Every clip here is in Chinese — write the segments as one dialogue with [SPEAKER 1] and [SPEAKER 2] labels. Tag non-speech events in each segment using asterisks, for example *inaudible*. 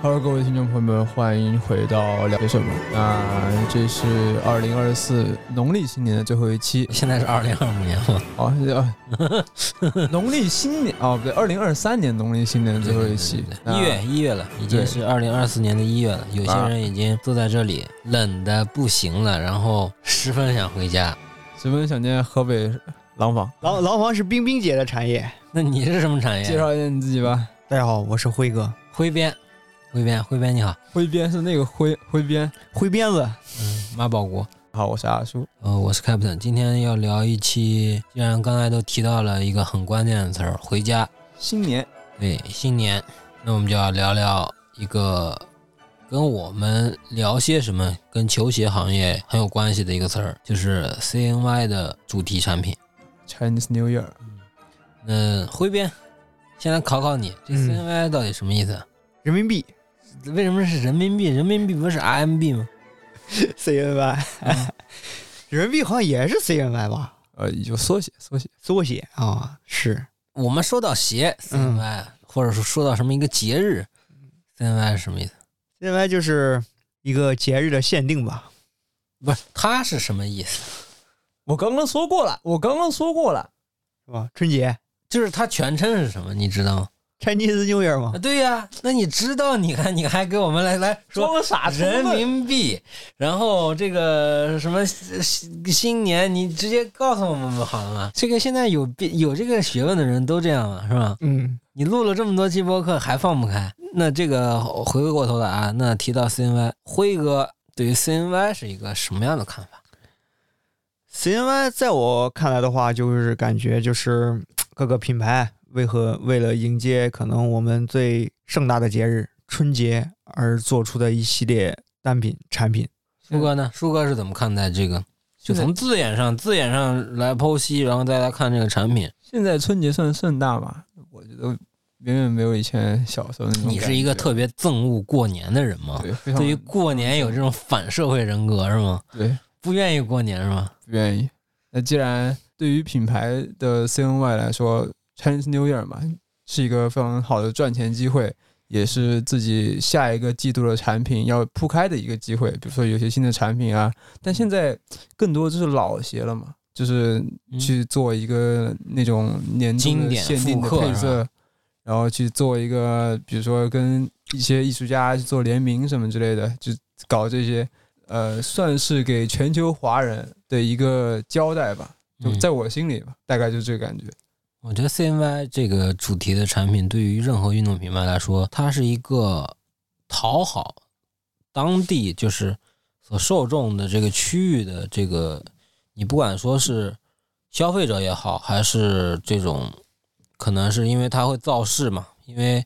[SPEAKER 1] Hello，各位听众朋友们，欢迎回到聊些什么？那这是二零二四农历新年的最后一期
[SPEAKER 2] 现在是二零二五年了，
[SPEAKER 1] 哦，呃农历新年哦，不对，二零二三年农历新年的 *laughs* 最后一期
[SPEAKER 2] 对对对，
[SPEAKER 1] 那
[SPEAKER 2] 一月一月了，已经
[SPEAKER 1] 对啊
[SPEAKER 2] 是二零二四年的一月了。有些人已经坐在这里，冷的不行了，然后十分想回家。
[SPEAKER 1] 十分想念河北廊坊。
[SPEAKER 3] 廊廊坊是冰冰姐的产业。
[SPEAKER 2] 那你是什么产
[SPEAKER 1] 介
[SPEAKER 2] 业？
[SPEAKER 1] 绍一下你自己吧。
[SPEAKER 3] 大家好，我是辉哥，
[SPEAKER 2] 挥鞭，挥鞭，挥鞭，你好，
[SPEAKER 1] 挥鞭是那个挥挥鞭。
[SPEAKER 3] 挥鞭子。
[SPEAKER 2] 嗯，妈宝国。
[SPEAKER 1] 好，我是阿叔。
[SPEAKER 2] 呃，我是 Captain，今天要聊一期，既然刚才都提到了一个很关键的词儿——回家。
[SPEAKER 1] 新年
[SPEAKER 2] 对，新年，那我们就要聊聊一个跟我们聊些什么、跟球鞋行业很有关系的一个词儿，就是 CNY 的主题产品。
[SPEAKER 1] Chinese New Year，
[SPEAKER 2] 嗯，挥鞭，先来考考你，这
[SPEAKER 3] 嗯
[SPEAKER 2] CNY 到底什么意思啊？
[SPEAKER 3] 人民币
[SPEAKER 2] 为什么是人民币？人民币不是 RMB 吗？
[SPEAKER 3] CNY，、人嗯民币好像也是 CNY 吧？
[SPEAKER 1] 呃，也就缩写缩写。
[SPEAKER 3] 缩写啊、是
[SPEAKER 2] 我们说到鞋
[SPEAKER 1] 嗯
[SPEAKER 2] CNY，、或者说说到什么一个节日，CNY 是什么意思？
[SPEAKER 3] CNY 就是一个节日的限定吧？
[SPEAKER 2] 不是，它是什么意思？
[SPEAKER 1] 我刚刚说过了，我刚刚说过了。
[SPEAKER 3] 是吧？春节
[SPEAKER 2] 就是它全称是什么？你知道吗？
[SPEAKER 3] Chinese New Year 嘛
[SPEAKER 2] 啊，？对呀、那你知道？你看，你还给我们来来说
[SPEAKER 1] 装傻充
[SPEAKER 2] 人
[SPEAKER 1] 愣
[SPEAKER 2] 民币，然后这个什么新新年，你直接告诉我们不好了吗？这个现在有变有这个学问的人都这样啊了，是吧？
[SPEAKER 3] 嗯，
[SPEAKER 2] 你录了这么多期播客还放不开，那这个回过头来啊，那提到 CNY，辉哥对于 CNY 是一个什么样的看法？
[SPEAKER 3] CNY 在我看来的话，就是感觉就是各个品牌为何为了迎接可能我们最盛大的节日春节而做出的一系列单品产品。
[SPEAKER 2] 舒哥呢？舒哥是怎么看待这个？就从字眼上，字眼上来剖析，然后再来看这个产品。
[SPEAKER 1] 现在春节算盛大吧，我觉得远远没有以前小时候那种感觉。
[SPEAKER 2] 你是一个特别憎恶过年的人吗？
[SPEAKER 1] 对非常
[SPEAKER 2] 啊对于过年有这种反社会人格是吗？
[SPEAKER 1] 对
[SPEAKER 2] 不愿意过年是吗？
[SPEAKER 1] 不愿意。那既然对于品牌的 CNY 来说，Chinese New Year 嘛，是一个非常好的赚钱机会，也是自己下一个季度的产品要铺开的一个机会。比如说有些新的产品啊，但现在更多就是老鞋了嘛，就是
[SPEAKER 2] 嗯
[SPEAKER 1] 去做一个那种年度
[SPEAKER 2] 经
[SPEAKER 1] 的
[SPEAKER 2] 典
[SPEAKER 1] 限定的
[SPEAKER 2] 复刻
[SPEAKER 1] 配
[SPEAKER 2] 是
[SPEAKER 1] 色，然后去做一个，比如说跟一些艺术家去做联名什么之类的，就搞这些，呃，算是给全球华人的一个交代吧。就
[SPEAKER 2] 嗯
[SPEAKER 1] 在我心里吧，大概就这个感觉。
[SPEAKER 2] 我觉得 CNY 这个主题的产品，对于任何运动品牌来说，它是一个讨好当地就是所受众的这个区域的这个，你不管说是消费者也好，还是这种，可能是因为它会造势嘛，因为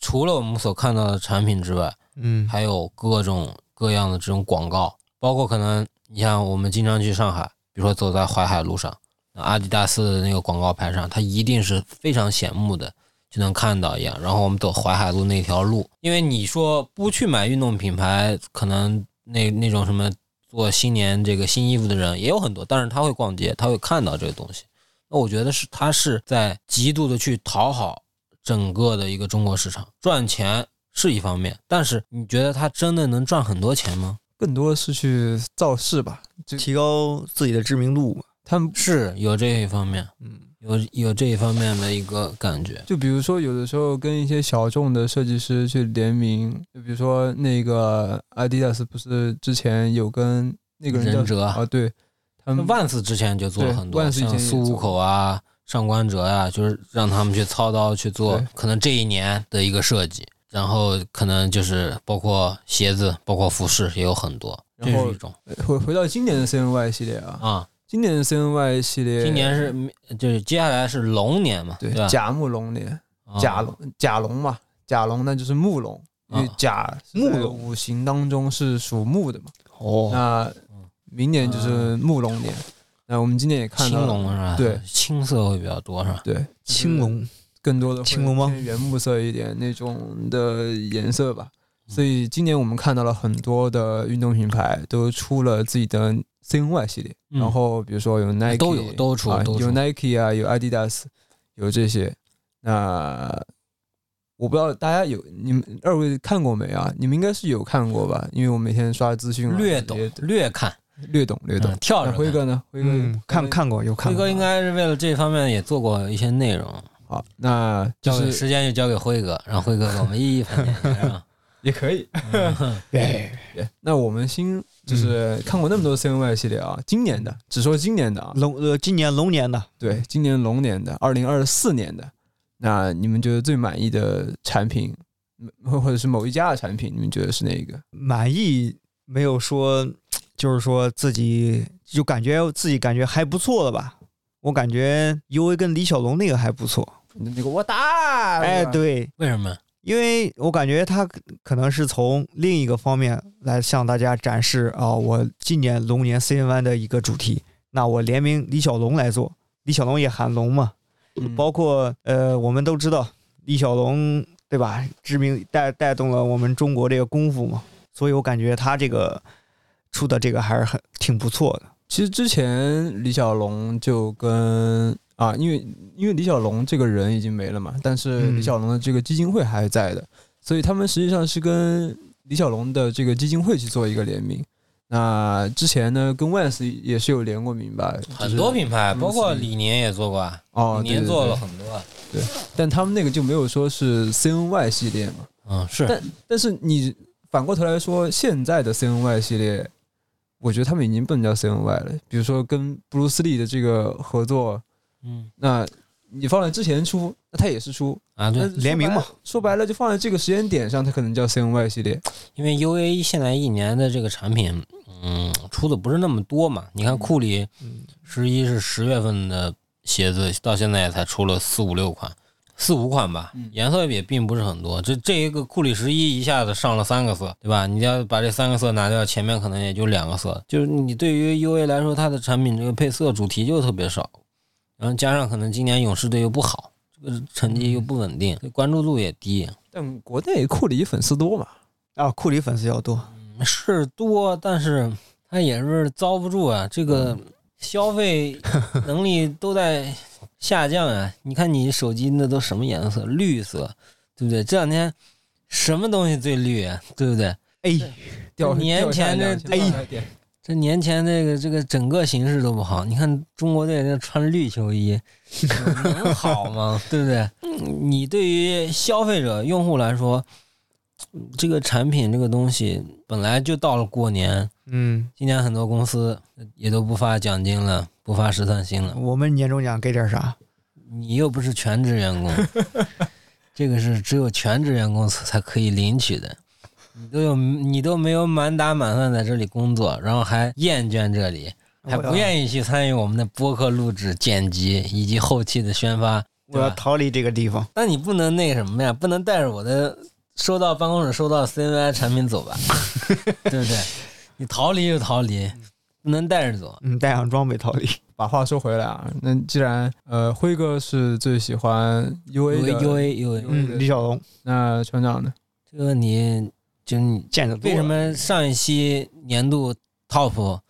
[SPEAKER 2] 除了我们所看到的产品之外，
[SPEAKER 3] 嗯
[SPEAKER 2] 还有各种各样的这种广告，包括可能你像我们经常去上海，比如说走在淮海路上，那阿迪达斯的那个广告牌上，它一定是非常显目的，就能看到一样。然后我们走淮海路那条路，因为你说不去买运动品牌，可能那那种什么做新年这个新衣服的人也有很多，但是他会逛街，他会看到这个东西。那我觉得是他是在极度的去讨好整个的一个中国市场，赚钱是一方面，但是你觉得他真的能赚很多钱吗？
[SPEAKER 1] 更多是去造势吧，就
[SPEAKER 3] 提高自己的知名度嘛。
[SPEAKER 1] 他们
[SPEAKER 2] 是有这一方面，
[SPEAKER 3] 嗯，
[SPEAKER 2] 有有这一方面的一个感觉。
[SPEAKER 1] 就比如说，有的时候跟一些小众的设计师去联名，就比如说那个 Adidas 不是之前有跟那个人叫
[SPEAKER 2] 忍者
[SPEAKER 1] 啊，对，他们
[SPEAKER 2] 万斯之前就做了很
[SPEAKER 1] 对
[SPEAKER 2] 多，
[SPEAKER 1] 万斯以前
[SPEAKER 2] 像
[SPEAKER 1] 也
[SPEAKER 2] 苏
[SPEAKER 1] 做
[SPEAKER 2] 五口啊、上官哲呀、就是让他们去操刀去做
[SPEAKER 1] 对，
[SPEAKER 2] 可能这一年的一个设计，然后可能就是包括鞋子、包括服饰也有很多，这
[SPEAKER 1] 然后
[SPEAKER 2] 是一种
[SPEAKER 1] 回回到今年的 CNY 系列啊，
[SPEAKER 2] 啊。
[SPEAKER 1] 今年的 CNY 系列，
[SPEAKER 2] 今年是就是接下来是龙年嘛，
[SPEAKER 1] 对
[SPEAKER 2] 吧？
[SPEAKER 1] 甲木龙年，
[SPEAKER 2] 啊
[SPEAKER 1] 甲龙甲龙嘛，甲龙那就是木龙，因为
[SPEAKER 2] 啊
[SPEAKER 1] 甲是在
[SPEAKER 3] 木龙
[SPEAKER 1] 五行当中是属木的嘛，
[SPEAKER 3] 哦，
[SPEAKER 1] 那明年就是木龙年，那我们今年也看
[SPEAKER 2] 青
[SPEAKER 1] 到了
[SPEAKER 2] 龙是吧？
[SPEAKER 1] 对，
[SPEAKER 2] 青色会比较多是吧？
[SPEAKER 1] 对
[SPEAKER 3] 青龙。
[SPEAKER 1] 更多的会
[SPEAKER 3] 青龙吗
[SPEAKER 1] 偏原木色一点那种的颜色吧。所以今年我们看到了很多的运动品牌都出了自己的 CNY 系列，
[SPEAKER 2] 嗯
[SPEAKER 1] 然后比如说有 Nike
[SPEAKER 2] 都有都出
[SPEAKER 1] 啊
[SPEAKER 2] 都出
[SPEAKER 1] 有 Nike 啊，有 Adidas，有这些。那我不知道大家有你们二位看过没啊？你们应该是有看过吧？因为我每天刷资讯啊，
[SPEAKER 2] 略懂
[SPEAKER 1] 也
[SPEAKER 2] 略看，
[SPEAKER 1] 略懂略懂
[SPEAKER 2] 嗯。跳
[SPEAKER 1] 那
[SPEAKER 2] 着
[SPEAKER 1] 辉
[SPEAKER 2] 看。
[SPEAKER 1] 哥呢？辉哥
[SPEAKER 3] 嗯，看看过有看
[SPEAKER 2] 辉
[SPEAKER 3] 过，
[SPEAKER 2] 哥应该是为了这方面也做过一些内容，
[SPEAKER 1] 好，那就
[SPEAKER 2] 交给
[SPEAKER 1] 是
[SPEAKER 2] 时间就交给辉哥，让辉哥给我们一一盘点一下 *laughs* 啊。
[SPEAKER 1] 也可 *laughs* 以。
[SPEAKER 3] 对，
[SPEAKER 1] 那我们新
[SPEAKER 3] 嗯
[SPEAKER 1] 就是看过那么多 CNY 系列啊，今年的只说今年的啊，
[SPEAKER 3] 龙呃，今年龙年的，
[SPEAKER 1] 对，今年龙年的，二零二四年的，那你们觉得最满意的产品，嗯或或者是某一家的产品，你们觉得是哪一个？
[SPEAKER 3] 满意没有说，就是说自己就感觉自己感觉还不错了吧？我感觉尤为跟李小龙那个还不错。
[SPEAKER 1] 那那个我打，
[SPEAKER 3] 哎，
[SPEAKER 1] 吧，
[SPEAKER 3] 对，
[SPEAKER 2] 为什么？
[SPEAKER 3] 因为我感觉他可能是从另一个方面来向大家展示啊，我今年龙年 C N Y 的一个主题。那我联名李小龙来做，李小龙也喊龙嘛，
[SPEAKER 1] 嗯
[SPEAKER 3] 包括呃，我们都知道李小龙对吧？知名带带动了我们中国这个功夫嘛，所以我感觉他这个出的这个还是很挺不错的。
[SPEAKER 1] 其实之前李小龙就跟啊，因为因为李小龙这个人已经没了嘛，但是
[SPEAKER 3] 嗯
[SPEAKER 1] 李小龙的这个基金会还在的，所以他们实际上是跟李小龙的这个基金会去做一个联名。那之前呢，跟 Vans 也是有联过名吧，
[SPEAKER 2] *laughs* 很多
[SPEAKER 1] 就是
[SPEAKER 2] 品牌，
[SPEAKER 1] 嗯
[SPEAKER 2] 包括
[SPEAKER 1] 是
[SPEAKER 2] 李宁也做过啊，
[SPEAKER 1] 哦，
[SPEAKER 2] 李
[SPEAKER 1] 对
[SPEAKER 2] 宁
[SPEAKER 1] 对
[SPEAKER 2] 做
[SPEAKER 1] 对
[SPEAKER 2] 了很多。啊。
[SPEAKER 1] 但他们那个就没有说是 CNY 系列嘛。
[SPEAKER 2] 嗯，是
[SPEAKER 1] 但是你反过头来说，现在的 CNY 系列，我觉得他们已经不能叫 CNY 了。比如说跟布鲁斯利的这个合作，
[SPEAKER 2] 嗯
[SPEAKER 1] 那你放在之前出，那它也是出，
[SPEAKER 2] 啊，对
[SPEAKER 1] 那，说白
[SPEAKER 3] 嗯联名嘛。
[SPEAKER 1] 说白了，就放在这个时间点上，它可能叫 CNY 系列。
[SPEAKER 2] 因为 UAE 现在一年的这个产品，嗯，出的不是那么多嘛。你看库里
[SPEAKER 3] 嗯，
[SPEAKER 2] 十一是十月份的鞋子，到现在也才出了四五六款，四五款吧
[SPEAKER 1] 嗯，
[SPEAKER 2] 颜色也并不是很多。这这一个库里十一一下子上了三个色，对吧？你要把这三个色拿掉，前面可能也就两个色。就是你对于 UA 来说，它的产品这个配色主题就特别少，然后加上可能今年勇士队又不好，这个成绩又不稳定，
[SPEAKER 3] 嗯
[SPEAKER 2] 关注度也低。
[SPEAKER 1] 但国内库里粉丝多嘛，
[SPEAKER 3] 啊，库里粉丝要多，
[SPEAKER 2] 是多，但是他也是遭不住啊，这个消费能力都在下降啊。你看你手机那都什么颜色？绿色，对不对？这两天什么东西最绿啊？对不对？
[SPEAKER 3] 哎，
[SPEAKER 1] 掉
[SPEAKER 2] 年前
[SPEAKER 1] 的
[SPEAKER 2] 这
[SPEAKER 1] 哎，
[SPEAKER 2] 这年前这个这个整个形势都不好，你看中国队那穿绿球衣，能好吗？对不对？嗯你对于消费者用户来说，这个产品这个东西本来就到了过年，
[SPEAKER 3] 嗯，
[SPEAKER 2] 今年很多公司也都不发奖金了，不发十三薪了。
[SPEAKER 3] 我们年终奖给点啥？
[SPEAKER 2] 你又不是全职员工， *laughs* 这个是只有全职员工才可以领取的。你都有你都没有满打满算在这里工作，然后还厌倦这里，还不
[SPEAKER 3] 意，
[SPEAKER 2] 愿意去参与我们的播客录制、剪辑以及后期的宣发。
[SPEAKER 3] 我要逃离这个地方。
[SPEAKER 2] 那你不能那个什么呀？不能带着我的收到办公室收到 CNY 产品走吧， *laughs* 对不对？你逃离就逃离，不能带着走。
[SPEAKER 3] 嗯，带上装备逃
[SPEAKER 2] *laughs*
[SPEAKER 3] 离。
[SPEAKER 1] 把话说回来啊，那既然呃辉哥是最喜欢 UA 的
[SPEAKER 2] U A U A，
[SPEAKER 3] 嗯，李小龙
[SPEAKER 1] 那船长呢？
[SPEAKER 2] 这个问题就是你
[SPEAKER 3] 见得多。
[SPEAKER 2] 为什？么上一期年度 top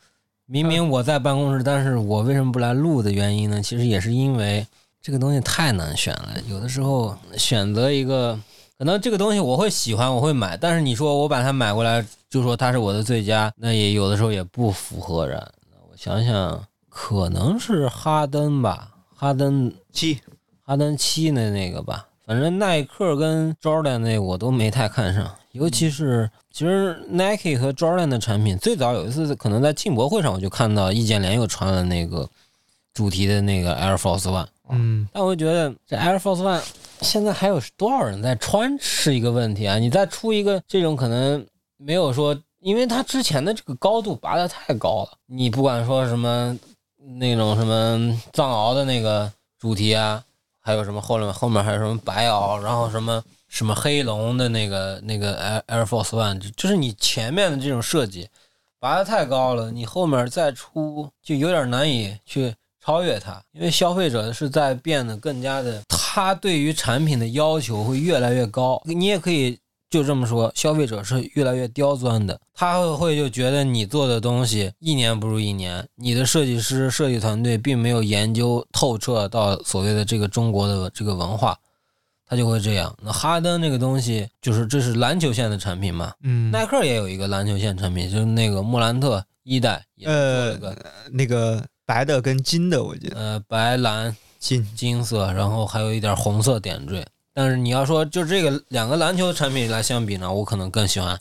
[SPEAKER 2] 明明我在办公室，但是我为什么不来录的原因呢？其实也是因为这个东西太难选了，有的时候选择一个。可能这个东西我会喜欢，我会买，但是你说我把它买过来，就说它是我的最佳，那也有的时候也不符合人。那我想想，可能是哈登吧，哈登
[SPEAKER 3] 七，
[SPEAKER 2] 哈登七的那个吧，反正耐克跟 Jordan 那个我都没太看上，尤其是其实 Nike 和 Jordan 的产品，最早有一次可能在进博会上我就看到易建联又穿了那个主题的那个 Air Force One，
[SPEAKER 3] 嗯，
[SPEAKER 2] 但我就觉得这 Air Force One 现在还有多少人在穿是一个问题啊！你再出一个这种可能没有说，因为它之前的这个高度拔得太高了，你不管说什么那种什么藏獒的那个主题啊，还有什么后面后面还有什么白袄，然后什么什么黑龙的那个那个 Air Air Force One，就就是你前面的这种设计拔得太高了，你后面再出就有点难以去超越它，因为消费者是在变得更加的，他对于产品的要求会越来越高。你也可以就这么说，消费者是越来越刁钻的，他会会就觉得你做的东西一年不如一年，你的设计师、设计团队并没有研究透彻到所谓的这个中国的这个文化，他它就会这样。那哈登这个东西，就是这是篮球线的产品嘛，
[SPEAKER 3] 嗯
[SPEAKER 2] 耐克也有一个篮球线产品，就是那个莫兰特一代也做了个
[SPEAKER 3] 那个白的跟金的，我记得
[SPEAKER 2] 呃白蓝
[SPEAKER 3] 金
[SPEAKER 2] 金色，然后还有一点红色点缀。但是你要说就这个两个篮球产品来相比呢，我可能更喜欢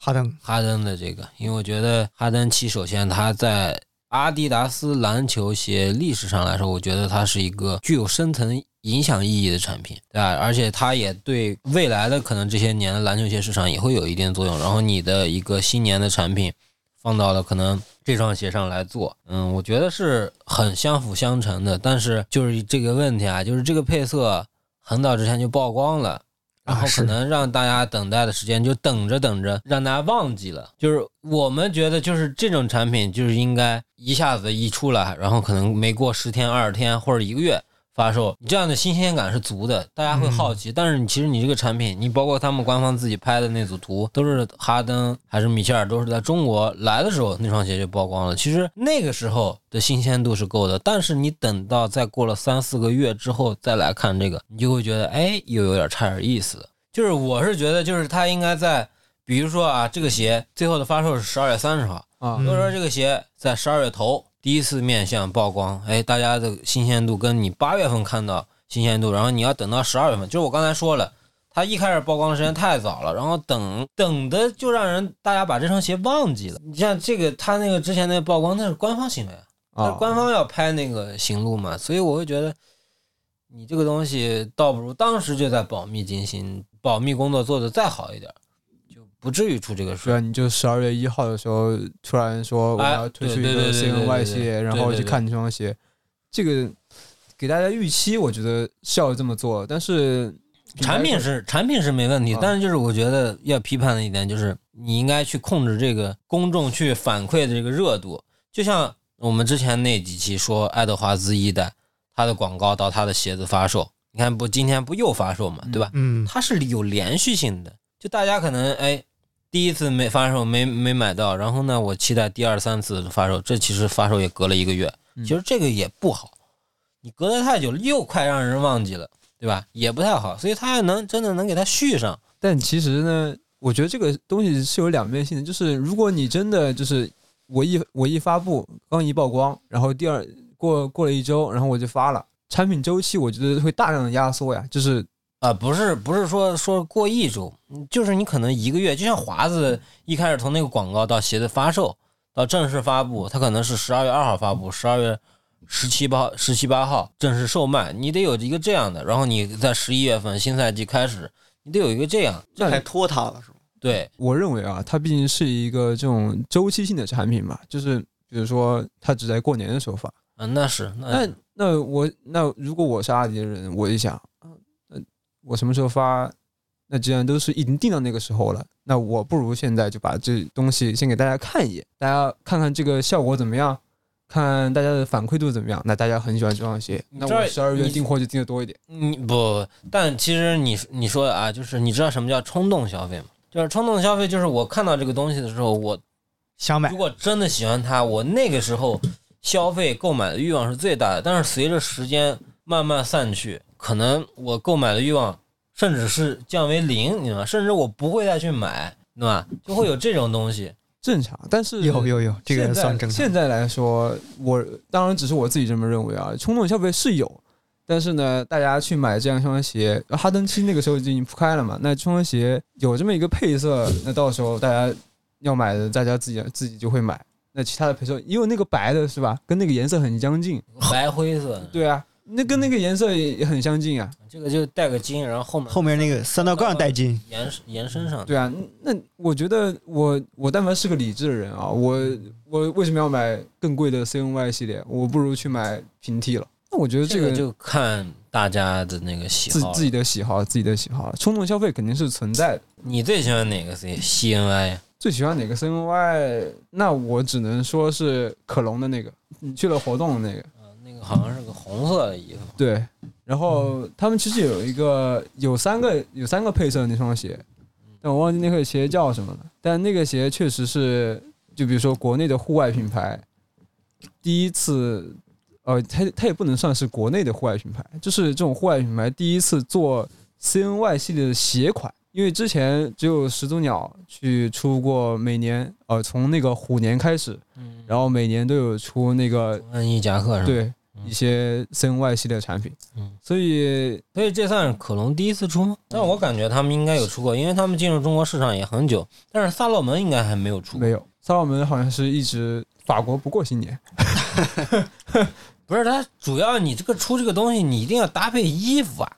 [SPEAKER 3] 哈登，
[SPEAKER 2] 哈登的这个，因为我觉得哈登其首先他在阿迪达斯篮球鞋历史上来说，我觉得它是一个具有深层影响意义的产品，对吧？而且它也对未来的可能这些年的篮球鞋市场也会有一定作用。然后你的一个新年的产品放到了可能这双鞋上来做，嗯，我觉得是很相辅相成的。但是就是这个问题啊，就是这个配色很早之前就曝光了。然后
[SPEAKER 3] 啊是
[SPEAKER 2] 可能让大家等待的时间就等着等着，让大家忘记了。就是我们觉得，就是这种产品就是应该一下子一出来，然后可能没过十天、二十天或者一个月发售，你这样的新鲜感是足的，大家会好奇。但是你其实你这个产品，你包括他们官方自己拍的那组图，都是哈登还是米切尔，都是在中国来的时候那双鞋就曝光了。其实那个时候的新鲜度是够的，但是你等到再过了三四个月之后再来看这个，你就会觉得哎，又有点差点意思。就是我是觉得，就是它应该在，比如说啊，这个鞋最后的发售是十二月三十号，
[SPEAKER 1] 啊
[SPEAKER 2] 比
[SPEAKER 3] 嗯
[SPEAKER 2] 如说这个鞋在十二月头第一次面向曝光，哎，大家的新鲜度跟你八月份看到新鲜度，然后你要等到十二月份，就是我刚才说了，它一开始曝光的时间太早了，然后等等的就让人大家把这双鞋忘记了。你像这个它那个之前那个曝光，那是官方行为啊，那
[SPEAKER 1] 啊，
[SPEAKER 2] 官方要拍那个行路嘛，所以我会觉得你这个东西倒不如当时就在保密进行，保密工作做得再好一点，就不至于出这个事
[SPEAKER 1] 对
[SPEAKER 2] 儿。
[SPEAKER 1] 啊，你就十二月一号的时候突然说我
[SPEAKER 2] 哎
[SPEAKER 1] 们要推
[SPEAKER 2] 对
[SPEAKER 1] 出一
[SPEAKER 2] 对对
[SPEAKER 1] 个
[SPEAKER 2] 对对对
[SPEAKER 1] CNY
[SPEAKER 2] 对
[SPEAKER 1] 系列，然
[SPEAKER 2] 对
[SPEAKER 1] 后
[SPEAKER 2] 对
[SPEAKER 1] 去
[SPEAKER 2] 对
[SPEAKER 1] 看这双鞋，这个给大家预期，我觉得是要这么做，但是品牌
[SPEAKER 2] 产品是产品是没问题
[SPEAKER 1] 啊，
[SPEAKER 2] 但是就是我觉得要批判的一点就是，你应该去控制这个公众去反馈的这个热度。就像我们之前那几期说爱德华兹一代，它的广告到它的鞋子发售，你看不今天不又发售嘛，对吧？
[SPEAKER 3] 嗯
[SPEAKER 2] 它是有连续性的。就大家可能哎，第一次没发售没没买到，然后呢，我期待第二三次的发售，这其实发售也隔了一个月，
[SPEAKER 1] 嗯
[SPEAKER 2] 其实这个也不好，你隔得太久了又快让人忘记了，对吧？也不太好，所以它要能真的能给它续上，
[SPEAKER 1] 但其实呢，我觉得这个东西是有两面性的，就是如果你真的就是我一我一发布，刚一曝光，然后第二过过了一周，然后我就发了，产品周期我觉得会大量的压缩呀，就是
[SPEAKER 2] 啊、不是不是说说过一周，就是你可能一个月，就像华子一开始从那个广告到鞋子发售到正式发布，它可能是十二月二号发布，十二月十七八十七八号正式售卖，你得有一个这样的，然后你在十一月份新赛季开始，你得有一个这样，
[SPEAKER 1] 那
[SPEAKER 3] 还拖沓了是吗？
[SPEAKER 2] 对，
[SPEAKER 1] 我认为啊，它毕竟是一个这种周期性的产品嘛，就是比如说它只在过年的时候发，
[SPEAKER 2] 嗯，那是那
[SPEAKER 1] 那那我那如果我是阿迪的人，我一想，呃，我什么时候发？那既然都是已经定到那个时候了，那我不如现在就把这东西先给大家看一眼，大家看看这个效果怎么样，看大家的反馈度怎么样。那大家很喜欢这双鞋，
[SPEAKER 2] 你
[SPEAKER 1] 那
[SPEAKER 2] 知道
[SPEAKER 1] 我十二月
[SPEAKER 2] 你
[SPEAKER 1] 订货就订的多一点。
[SPEAKER 2] 你不，但其实你你说啊，就是你知道什么叫冲动消费吗？就是冲动消费，就是我看到这个东西的时候，我
[SPEAKER 3] 想买
[SPEAKER 2] 如果真的喜欢它，我那个时候消费购买的欲望是最大的。但是随着时间慢慢散去，可能我购买的欲望甚至是降为零，你知道吗？甚至我不会再去买，对吧？就会有这种东 *laughs* 西。
[SPEAKER 1] 正常，但是
[SPEAKER 3] 有有有，这个
[SPEAKER 1] 现在
[SPEAKER 3] 算正常
[SPEAKER 1] 现。在来说，我当然只是我自己这么认为啊，冲动消费是有，但是呢，大家去买这样一双鞋，哈登七那个时候就已经铺开了嘛，那这双鞋有这么一个配色，那到时候大家要买的，大家自己自己就会买。那其他的配色，因为那个白的是吧，跟那个颜色很相近，
[SPEAKER 2] 白灰色的，
[SPEAKER 1] 对啊，那跟那个颜色也很相近啊，
[SPEAKER 2] 这个就带个金，然后后面
[SPEAKER 3] 后面那个三道杠带金，
[SPEAKER 2] 延延伸上去。
[SPEAKER 1] 对啊，那我觉得我我但凡是个理智的人啊，我
[SPEAKER 2] 嗯
[SPEAKER 1] 我为什么要买更贵的 CNY 系列？我不如去买平替了。那我觉得这
[SPEAKER 2] 这
[SPEAKER 1] 个
[SPEAKER 2] 个就看大家的那个喜
[SPEAKER 1] 自
[SPEAKER 2] 好了。
[SPEAKER 1] 自己的喜好，自己的喜好，冲动消费肯定是存在的。
[SPEAKER 2] 你最喜欢哪个 C C N Y 呀？
[SPEAKER 1] 最喜欢哪个 CNY？那我只能说是可隆的那个，
[SPEAKER 2] 嗯
[SPEAKER 1] 你去了活动的那个。
[SPEAKER 2] 啊那个好像是个红色的衣服。
[SPEAKER 1] 对，然后他们其实有一个有三个有三个配色的那双鞋，但我忘记那个鞋叫什么了。但那个鞋确实是，就比如说国内的户外品牌，第一次，呃，它它也不能算是国内的户外品牌，就是这种户外品牌第一次做 CNY 系列的鞋款，因为之前只有始祖鸟去出过，每年呃从那个虎年开始，
[SPEAKER 2] 嗯
[SPEAKER 1] 然后每年都有出那个
[SPEAKER 2] 安逸夹克是吧？，
[SPEAKER 1] 对
[SPEAKER 2] 嗯
[SPEAKER 1] 一些 CNY 系列产品
[SPEAKER 2] 嗯，
[SPEAKER 1] 所以
[SPEAKER 2] 所以这算是可隆第一次出吗？但是我感觉他们应该有出过，因为他们进入中国市场也很久，但是萨洛门应该还没有出过
[SPEAKER 1] 没。有萨洛门好像是一直法国不过新年，
[SPEAKER 2] 不是，它主要你这个出这个东西，你一定要搭配衣服啊。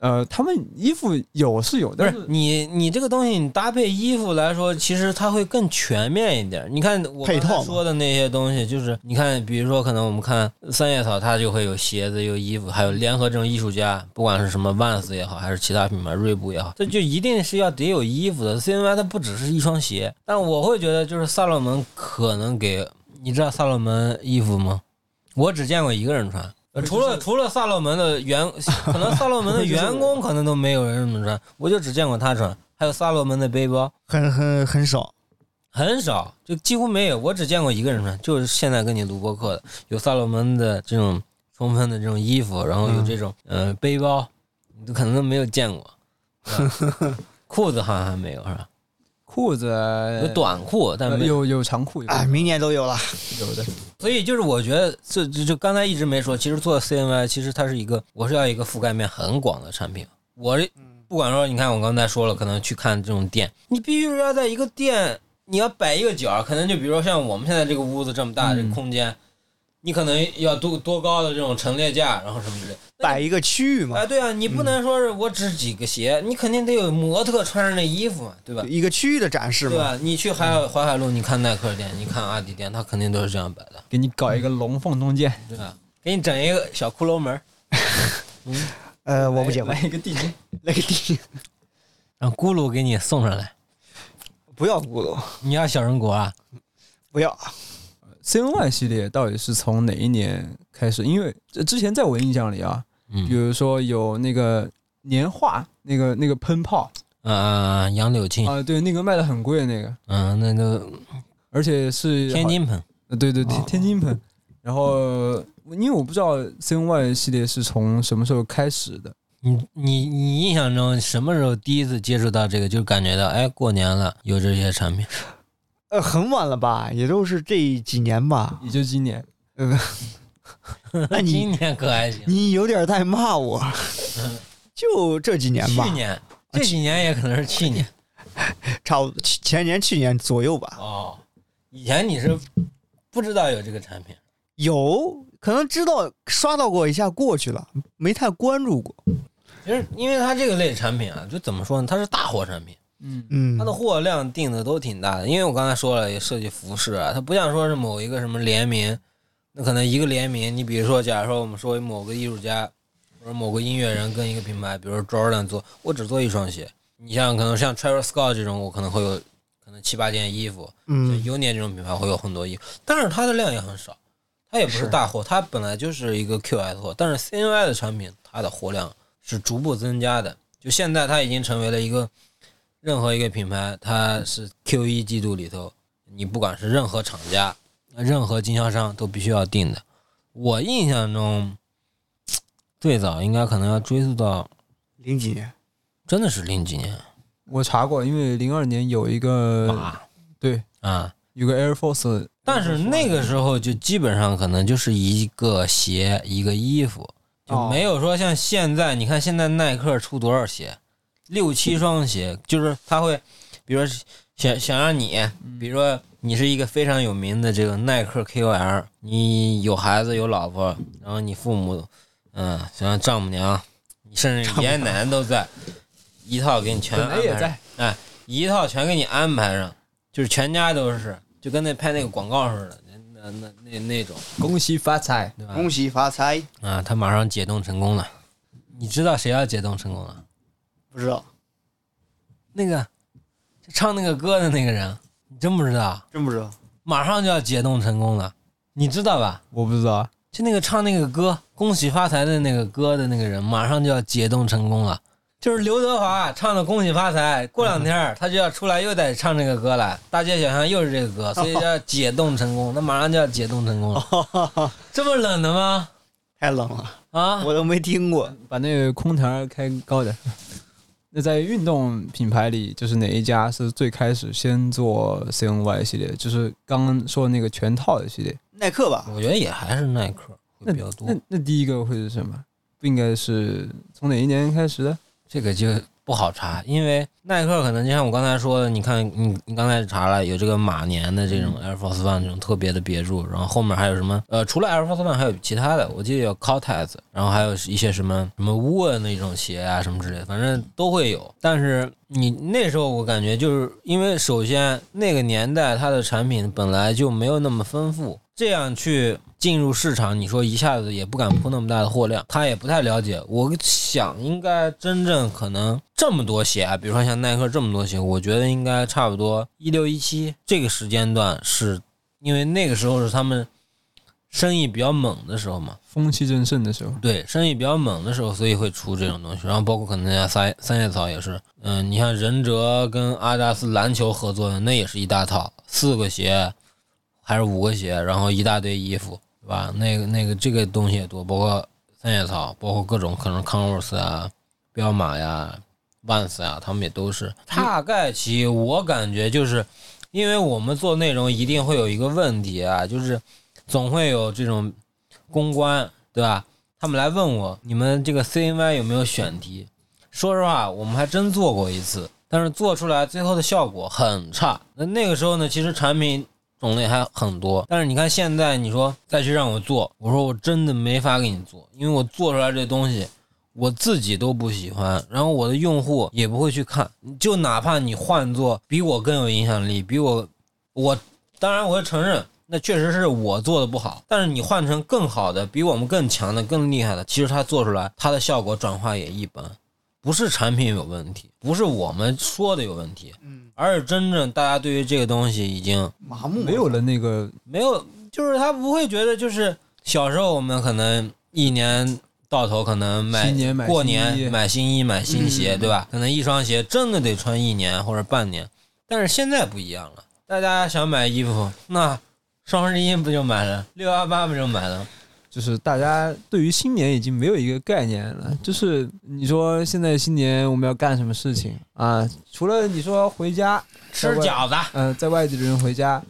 [SPEAKER 1] 呃，他们衣服有是有，
[SPEAKER 2] 不
[SPEAKER 1] 但
[SPEAKER 2] 是
[SPEAKER 1] 是
[SPEAKER 2] 你你这个东西，你搭配衣服来说，其实它会更全面一点。你看我
[SPEAKER 3] 配
[SPEAKER 2] 刚
[SPEAKER 3] 套
[SPEAKER 2] 才
[SPEAKER 3] 嘛
[SPEAKER 2] 说的那些东西，就是你看，比如说可能我们看三叶草，它就会有鞋子、有衣服，还有联合这种艺术家，不管是什么万斯也好，还是其他品牌锐步也好，这就一定是要得有衣服的。CNY 它不只是一双鞋，但我会觉得就是萨洛门可能给你知道萨洛门衣服吗？我只见过一个人穿。呃除了除了萨洛门的员，可能萨洛门的员工可能都没有人这么穿，我就只见过他穿。还有萨洛门的背包
[SPEAKER 3] 很很很少。
[SPEAKER 2] 很少，就几乎没有，我只见过一个人穿，就是现在跟你录播课的，有萨洛门的这种充分的这种衣服，然后有这种嗯、呃背包，你可能都没有见过。是吧 *laughs* 裤子好像还没有是吧？
[SPEAKER 1] 裤子
[SPEAKER 2] 有短裤，但
[SPEAKER 1] 呃
[SPEAKER 2] 没有。
[SPEAKER 1] 有有长裤有
[SPEAKER 3] 哎，明年都有了。
[SPEAKER 1] 有的，
[SPEAKER 2] 所以就是我觉得这这就刚才一直没说，其实做 CNY 其实它是一个，我是要一个覆盖面很广的产品。我不管说，你看我刚才说了，可能去看这种店，你必须是要在一个店，你要摆一个角儿，可能就比如说像我们现在这个屋子这么大
[SPEAKER 1] 嗯
[SPEAKER 2] 的这个空间，你可能要多多高的这种陈列架，然后什么之类的。
[SPEAKER 3] 摆一个区域嘛
[SPEAKER 2] 哎，，对啊，你不能说是我只几个鞋，你肯定得有模特穿上的衣服嘛，对吧？
[SPEAKER 3] 一个区域的展示
[SPEAKER 2] 对
[SPEAKER 3] 嘛。
[SPEAKER 2] 吧？你去淮海淮海路，你看耐克店，你看阿迪店，它肯定都是这样摆的。
[SPEAKER 1] 给你搞一个龙凤中
[SPEAKER 2] *laughs*
[SPEAKER 1] 间，
[SPEAKER 2] 对吧？给你整一个小骷髅门，
[SPEAKER 3] 呃，我不解
[SPEAKER 1] 来
[SPEAKER 3] 围，
[SPEAKER 1] 一个地基，
[SPEAKER 3] 那个地
[SPEAKER 2] 让啊咕噜给你送上来。
[SPEAKER 3] 不要咕噜，
[SPEAKER 2] 你要小人国啊？
[SPEAKER 3] 不要
[SPEAKER 1] CNY 系列到底是从哪一年开始？因为这之前在我印象里啊，比
[SPEAKER 2] 嗯
[SPEAKER 1] 如说有那个年画，那个那个喷炮
[SPEAKER 2] 啊，杨柳青，
[SPEAKER 1] 啊、对，那个卖的很贵的那个，
[SPEAKER 2] 嗯，那个
[SPEAKER 1] 而且是
[SPEAKER 2] 天，津盆，
[SPEAKER 1] 呃对对，
[SPEAKER 3] 哦
[SPEAKER 1] 天天津喷。然后因为我不知道 CNY 系列是从什么时候开始的，
[SPEAKER 2] 你你你印象中什么时候第一次接触到这个？就感觉到哎，过年了有这些产品，
[SPEAKER 3] 呃，很晚了吧？也就是这几年吧。
[SPEAKER 1] 也就今年。
[SPEAKER 3] 那
[SPEAKER 2] 今
[SPEAKER 3] 你
[SPEAKER 2] 年可还行？
[SPEAKER 3] 你有点在骂我， *laughs* 就这几年吧
[SPEAKER 2] 去，年这几年也可能是去年
[SPEAKER 3] 差不多前前年、去年左右吧。
[SPEAKER 2] 哦。以前你是不知道有这个产品，
[SPEAKER 3] 有可能知道刷到过一下过去了，没太关注过。
[SPEAKER 2] 其实因为它这个类产品啊，就怎么说呢？它是大货产品。
[SPEAKER 1] 嗯，
[SPEAKER 3] 嗯
[SPEAKER 2] 它，的货量定的都挺大的，因为我刚才说了，也涉及服饰啊，它不像说是某一个什么联名，那可能一个联名，你比如说，假如说我们说某个艺术家或者某个音乐人跟一个品牌，比如说 Jordan 做，我只做一双鞋，你像可能像 Travis Scott 这种，我可能会有可能七八件衣服，像
[SPEAKER 3] 嗯，
[SPEAKER 2] Union 这种品牌会有很多衣服，但是它的量也很少，它也不是
[SPEAKER 3] 是
[SPEAKER 2] 大货，它本来就是一个 QS 货，但是 CNY 的产品它的货量是逐步增加的，就现在它已经成为了一个任何一个品牌，它是 Q 一季度里头，你不管是任何厂家、任何经销商都必须要定的。我印象中，最早应该可能要追溯到
[SPEAKER 3] 零几年，
[SPEAKER 2] 真的是零几年
[SPEAKER 1] 我查过，因为零二年有一个
[SPEAKER 2] 吧
[SPEAKER 1] 对
[SPEAKER 2] 啊，
[SPEAKER 1] 有个 Air Force，
[SPEAKER 2] 但是那个时候就基本上可能就是一个鞋一个衣服，就
[SPEAKER 3] 哦
[SPEAKER 2] 没有说像现在，你看现在耐克出多少鞋，六七双鞋，就是他会，比如说想想让你，比如说你是一个非常有名的这个耐克 KOL，你有孩子有老婆，然后你父母，嗯，像丈母娘，你甚至爷爷奶奶都在，一套给你全
[SPEAKER 1] 本
[SPEAKER 2] 安
[SPEAKER 1] 来
[SPEAKER 2] 排
[SPEAKER 1] 也
[SPEAKER 2] 上
[SPEAKER 1] 在，
[SPEAKER 2] 一套全给你安排上，就是全家都是，就跟那拍那个广告似的，那那那那那种，
[SPEAKER 1] 恭喜发财。
[SPEAKER 2] 对吧？
[SPEAKER 3] 恭喜发财！
[SPEAKER 2] 啊，他马上解冻成功了，你知道谁要解冻成功了？
[SPEAKER 3] 不知道，
[SPEAKER 2] 那个就唱那个歌的那个人，你真不知道？
[SPEAKER 3] 真不知道。
[SPEAKER 2] 马上就要解冻成功了，你知道吧？
[SPEAKER 1] 我不知道啊，
[SPEAKER 2] 就那个唱那个歌“恭喜发财”的那个歌的那个人，马上就要解冻成功了。就是刘德华唱的《恭喜发财》，过两天儿他就要出来又得唱这个歌了，大街小巷又是这个歌，所以叫解冻成功。那马上就要解冻成功
[SPEAKER 3] 哦
[SPEAKER 2] 了，这么冷的吗？
[SPEAKER 3] *laughs* 太冷了，
[SPEAKER 2] *laughs* 啊，
[SPEAKER 3] 我都没听过。
[SPEAKER 1] 把那个空调开高点。那在运动品牌里，就是哪一家是最开始先做 CNY 系列？就是刚刚说那个全套的系列。
[SPEAKER 3] 耐克吧，
[SPEAKER 2] 我觉得也还是耐克会
[SPEAKER 1] 那
[SPEAKER 2] 比较多
[SPEAKER 1] 那。那第一个会是什么？不应该是从哪一年开始的？
[SPEAKER 2] 这个就不好查，因为耐克可能就像我刚才说的，你看你你刚才查了有这个马年的这种 Air Force One 这种特别的别注，然后后面还有什么呃，除了 Air Force One 还有其他的，我记得有 Cortez，然后还有一些什么什么 Wool 那种鞋啊什么之类的，反正都会有。但是你那时候我感觉就是因为首先那个年代它的产品本来就没有那么丰富，这样去进入市场，你说一下子也不敢铺那么大的货量，他也不太了解。我想应该真正可能这么多鞋啊，比如说像耐克这么多鞋，我觉得应该差不多一六一七这个时间段是，因为那个时候是他们生意比较猛的时候嘛，
[SPEAKER 1] 风气正盛的时候，
[SPEAKER 2] 对，生意比较猛的时候，所以会出这种东西。然后包括可能像三三叶草也是，嗯，你像仁哲跟阿迪达斯篮球合作的，那也是一大套，四个鞋还是五个鞋，然后一大堆衣服，对吧？那个那个这个东西也多，包括三叶草，包括各种可能 Converse 啊、彪马呀、Vans 啊，他们也都是。大概其我感觉就是，因为我们做内容一定会有一个问题啊，就是总会有这种公关，对吧？他们来问我，你们这个 CNY 有没有选题？说实话，我们还真做过一次，但是做出来最后的效果很差。那那个时候呢，其实产品种类还很多，但是你看现在，你说再去让我做，我说我真的没法给你做，因为我做出来这东西。我自己都不喜欢，然后我的用户也不会去看。就哪怕你换做比我更有影响力，比我，我当然我会承认，那确实是我做的不好。但是你换成更好的、比我们更强的、更厉害的，其实它做出来，它的效果转化也一般。不是产品有问题，不是我们说的有问题，
[SPEAKER 3] 嗯，
[SPEAKER 2] 而是真正大家对于这个东西已经
[SPEAKER 3] 麻木
[SPEAKER 1] 没有了那个
[SPEAKER 2] 没有，就是他不会觉得就是小时候我们可能一年到头可能买
[SPEAKER 1] 新年买
[SPEAKER 2] 过
[SPEAKER 1] 新衣
[SPEAKER 2] 年买新衣买新鞋，
[SPEAKER 3] 嗯
[SPEAKER 2] 对吧？可能一双鞋真的得穿一年或者半年，但是现在不一样了，大家想买衣服，那双十一不就买了，六幺八不就买了？
[SPEAKER 1] 就是大家对于新年已经没有一个概念了。就是你说现在新年我们要干什么事情啊？除了你说回家，
[SPEAKER 2] 吃
[SPEAKER 1] 要不然
[SPEAKER 2] 饺子，
[SPEAKER 1] 嗯、在外地的人回家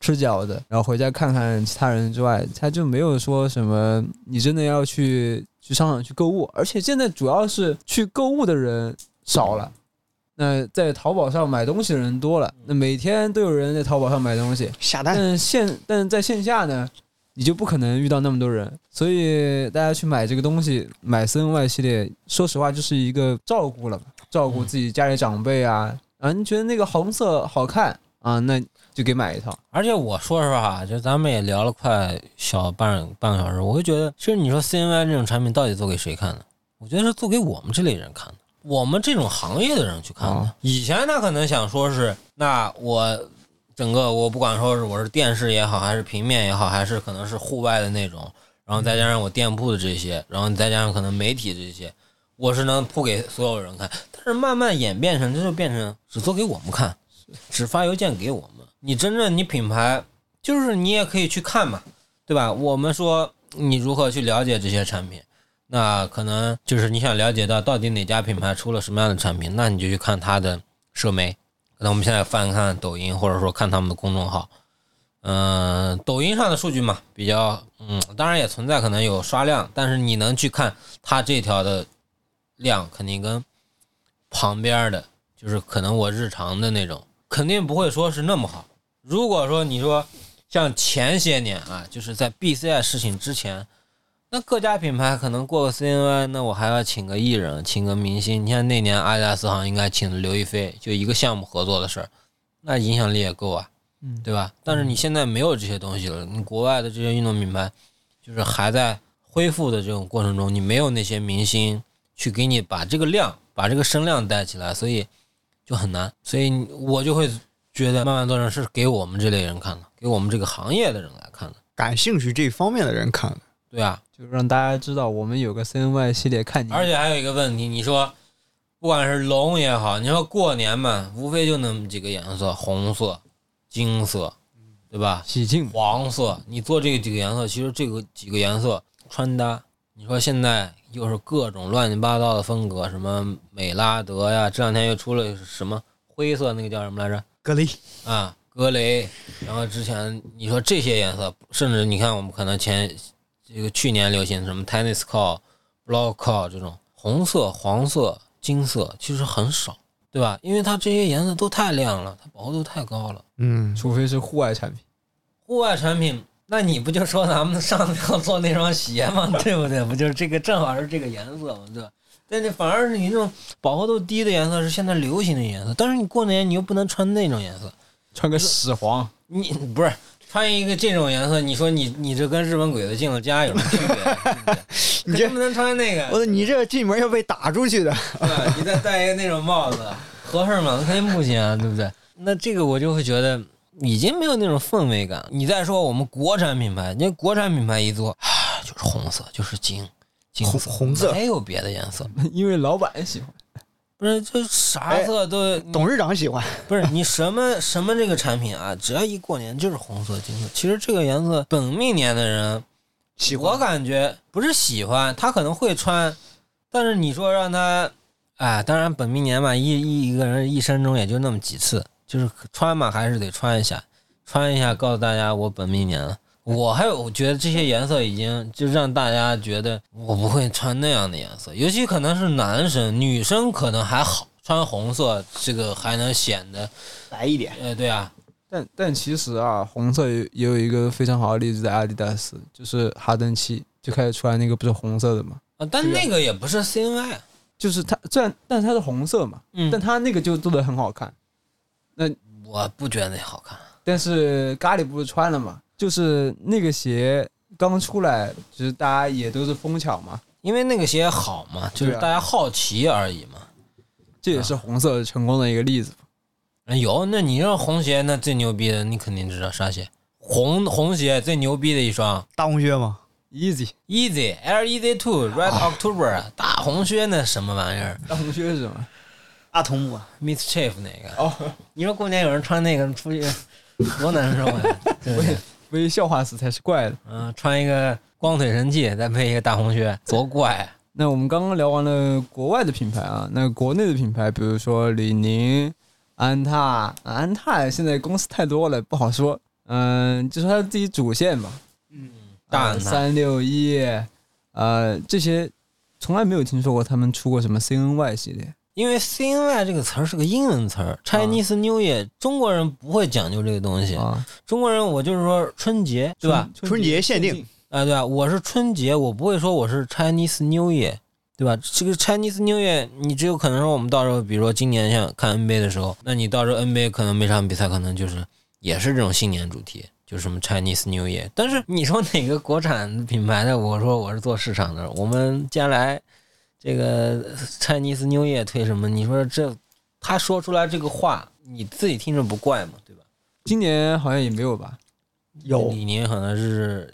[SPEAKER 1] 吃饺子，然后回家看看其他人之外，他就没有说什么你真的要去去商场去购物。而且现在主要是去购物的人少了。那在淘宝上买东西的人多了，那每天都有人在淘宝上买东西，
[SPEAKER 3] 下
[SPEAKER 1] 但
[SPEAKER 3] 单，
[SPEAKER 1] 是线，但是在线下呢，你就不可能遇到那么多人，所以大家去买这个东西，买 CNY 系列，说实话就是一个照顾了嘛，照顾自己家里长辈啊，啊，你觉得那个红色好看啊，那就给买一套。
[SPEAKER 2] 而且我说实话，啊就咱们也聊了快小半半个小时，我就觉得，其实你说 CNY 这种产品到底做给谁看的？我觉得是做给我们这类人看的，我们这种行业的人去看的。
[SPEAKER 1] 哦
[SPEAKER 2] 以前他可能想说是，那我整个我不管说是我是电视也好，还是平面也好，还是可能是户外的那种，然后再加上我店铺的这些，然后再加上可能媒体这些，我是能铺给所有人看。但是慢慢演变成，这就变成只做给我们看，只发邮件给我们。你真正你品牌，就是你也可以去看嘛，对吧？我们说你如何去了解这些产品，那可能就是你想了解到到底哪家品牌出了什么样的产品，那你就去看它的社媒。可能我们现在翻看抖音，或者说看他们的公众号。嗯、抖音上的数据嘛，比较嗯，当然也存在可能有刷量，但是你能去看它这条的量，肯定跟旁边的，就是可能我日常的那种，肯定不会说是那么好。如果说你说像前些年啊，就是在 BCI 事情之前，那各家品牌可能过个 CNY，那我还要请个艺人，请个明星。你看那年阿迪达斯好像应该请了刘亦菲，就一个项目合作的事儿，那影响力也够啊，
[SPEAKER 1] 嗯
[SPEAKER 2] 对吧？但是你现在没有这些东西了，你国外的这些运动品牌，就是还在恢复的这种过程中，你没有那些明星去给你把这个量、把这个声量带起来，所以就很难。所以我就会觉得慢慢做成是给我们这类人看的，给我们这个行业的人来看的，
[SPEAKER 3] 感兴趣这方面的人看的，
[SPEAKER 2] 对啊。
[SPEAKER 1] 就让大家知道我们有个 CNY 系列，看你
[SPEAKER 2] 而且还有一个问题，你说不管是龙也好，你说过年嘛，无非就那么几个颜色，红色、金色，对吧？
[SPEAKER 1] 喜庆
[SPEAKER 2] 黄色，你做这个几个颜色，其实这个几个颜色穿搭你说现在又是各种乱七八糟的风格，什么美拉德呀，这两天又出了什么灰色那个叫什么来着？
[SPEAKER 3] 格雷
[SPEAKER 2] 啊，格雷。然后之前你说这些颜色，甚至你看我们可能前这个去年流行什么 tennis call、block call 这种红色、黄色、金色，其实很少，对吧？因为它这些颜色都太亮了，它饱和度太高了。
[SPEAKER 3] 嗯，
[SPEAKER 1] 除非是户外产品。
[SPEAKER 2] 户外产品，那你不就说咱们上次要做那双鞋吗？对不对？不就是这个正好是这个颜色嘛，对吧？但是反而是你这种饱和度低的颜色是现在流行的颜色，但是你过年你又不能穿那种颜色，
[SPEAKER 1] 穿个屎黄，
[SPEAKER 2] 你 *laughs* 不是穿一个这种颜色，你说你你这跟日本鬼子进了家有什么区别？
[SPEAKER 3] *laughs* 你
[SPEAKER 2] 这
[SPEAKER 3] 这
[SPEAKER 2] 不能穿那个，
[SPEAKER 3] 我的你这进门要被打出去的。
[SPEAKER 2] 对吧？你再戴一个那种帽子，合适吗？肯定不行啊，对不对？那这个我就会觉得已经没有那种氛围感。你再说我们国产品牌，你看国产品牌一做，啊，就是红色，就是金，金
[SPEAKER 3] 红红色嗯
[SPEAKER 2] 没有别的颜色，
[SPEAKER 1] 因为老板喜欢。
[SPEAKER 2] 不是就啥
[SPEAKER 3] 哎
[SPEAKER 2] 色都你
[SPEAKER 3] 董事长喜欢，
[SPEAKER 2] 不是你什么什么这个产品啊，只要一过年就是红色、金色。其实这个颜色本命年的人，
[SPEAKER 3] 喜
[SPEAKER 2] 我
[SPEAKER 3] 欢
[SPEAKER 2] 感觉不是喜欢，他可能会穿，但是你说让他，哎，当然本命年嘛，一一一个人一生中也就那么几次，就是穿嘛还是得穿一下，穿一下告诉大家我本命年了。我还有，我觉得这些颜色已经就让大家觉得我不会穿那样的颜色，尤其可能是男生，女生可能还好，穿红色这个还能显得
[SPEAKER 3] 白一点。
[SPEAKER 2] 呃，对啊，
[SPEAKER 1] 但但其实啊，红色也也有一个非常好的例子，在阿迪达斯，就是哈登七就开始穿那个不是红色的嘛，
[SPEAKER 2] 啊但那个也不是 CNY，
[SPEAKER 1] 就是它虽然但是它是红色嘛，但
[SPEAKER 2] 嗯，
[SPEAKER 1] 它那个就做的很好看。
[SPEAKER 2] 我不觉得好看。
[SPEAKER 1] 但是咖喱不是穿了嘛，就是那个鞋刚出来，就是大家也都是疯抢嘛，
[SPEAKER 2] 因为那个鞋好嘛，就是
[SPEAKER 1] 对啊
[SPEAKER 2] 大家好奇而已嘛。
[SPEAKER 1] 这也是红色成功的一个例子。
[SPEAKER 2] 哎有，那你让红鞋，那最牛逼的，你肯定知道啥鞋？红红鞋最牛逼的一双
[SPEAKER 3] 大红靴嘛，
[SPEAKER 1] Easy，
[SPEAKER 2] Easy Air Easy Two Red October 啊大红靴，那什么玩意儿
[SPEAKER 1] 大红靴是吗？
[SPEAKER 3] 大童木啊，
[SPEAKER 2] ？Mischief 那个？
[SPEAKER 1] 哦，
[SPEAKER 2] 你说过年有人穿那个出去多难受 *laughs* 啊！对不对
[SPEAKER 1] 被笑话死才是怪的。
[SPEAKER 2] 嗯、穿一个光腿神器，再配一个大红靴，多怪啊！
[SPEAKER 1] 那我们刚刚聊完了国外的品牌啊，那国内的品牌，比如说李宁、安踏，啊安踏现在公司太多了，不好说。嗯，就说它自己主线吧，
[SPEAKER 2] 嗯大安踏
[SPEAKER 1] 三六一，呃，这些从来没有听说过他们出过什么 CNY 系列。
[SPEAKER 2] 因为 CNY 这个词儿是个英文词儿，Chinese New Year，、中国人不会讲究这个东西。
[SPEAKER 1] 啊，
[SPEAKER 2] 中国人，我就是说春节，对吧？
[SPEAKER 3] 春节限定，
[SPEAKER 2] 啊、对吧？我是春节，我不会说我是 Chinese New Year，对吧？这个 Chinese New Year，你只有可能说我们到时候，比如说今年像看 NBA 的时候，那你到时候 NBA 可能每场比赛可能就是也是这种新年主题，就是什么 Chinese New Year。但是你说哪个国产品牌的？我说我是做市场的，我们将来这个 Chinese New Year 推什么？你说这他说出来这个话，你自己听着不怪吗？对吧？
[SPEAKER 1] 今年好像也没有吧？
[SPEAKER 3] 有
[SPEAKER 2] 李宁可能是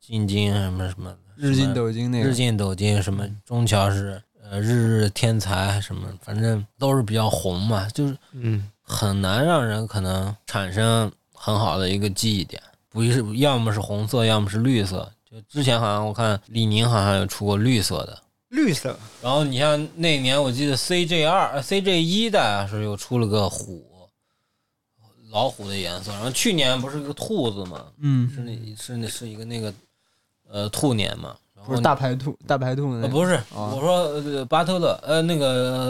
[SPEAKER 2] 进京啊什么什么的，
[SPEAKER 1] 日进斗金那个
[SPEAKER 2] 日进斗金什么中侨是呃日日天才什么，反正都是比较红嘛，就是
[SPEAKER 3] 嗯，
[SPEAKER 2] 很难让人可能产生很好的一个记忆点，不是要么是红色，要么是绿色。就之前好像我看李宁好像有出过绿色的，
[SPEAKER 3] 绿色
[SPEAKER 2] 然后你像那年我记得 CJ 二、CJ 一啊的时候又出了个虎，老虎的颜色，然后去年不是个兔子嘛，
[SPEAKER 1] 嗯，
[SPEAKER 2] 是那是那是一个那个呃兔年嘛，然后
[SPEAKER 1] 不是哦大白兔，大白兔的那个
[SPEAKER 2] 呃不是、
[SPEAKER 1] 啊
[SPEAKER 2] 我说呃巴特勒呃那个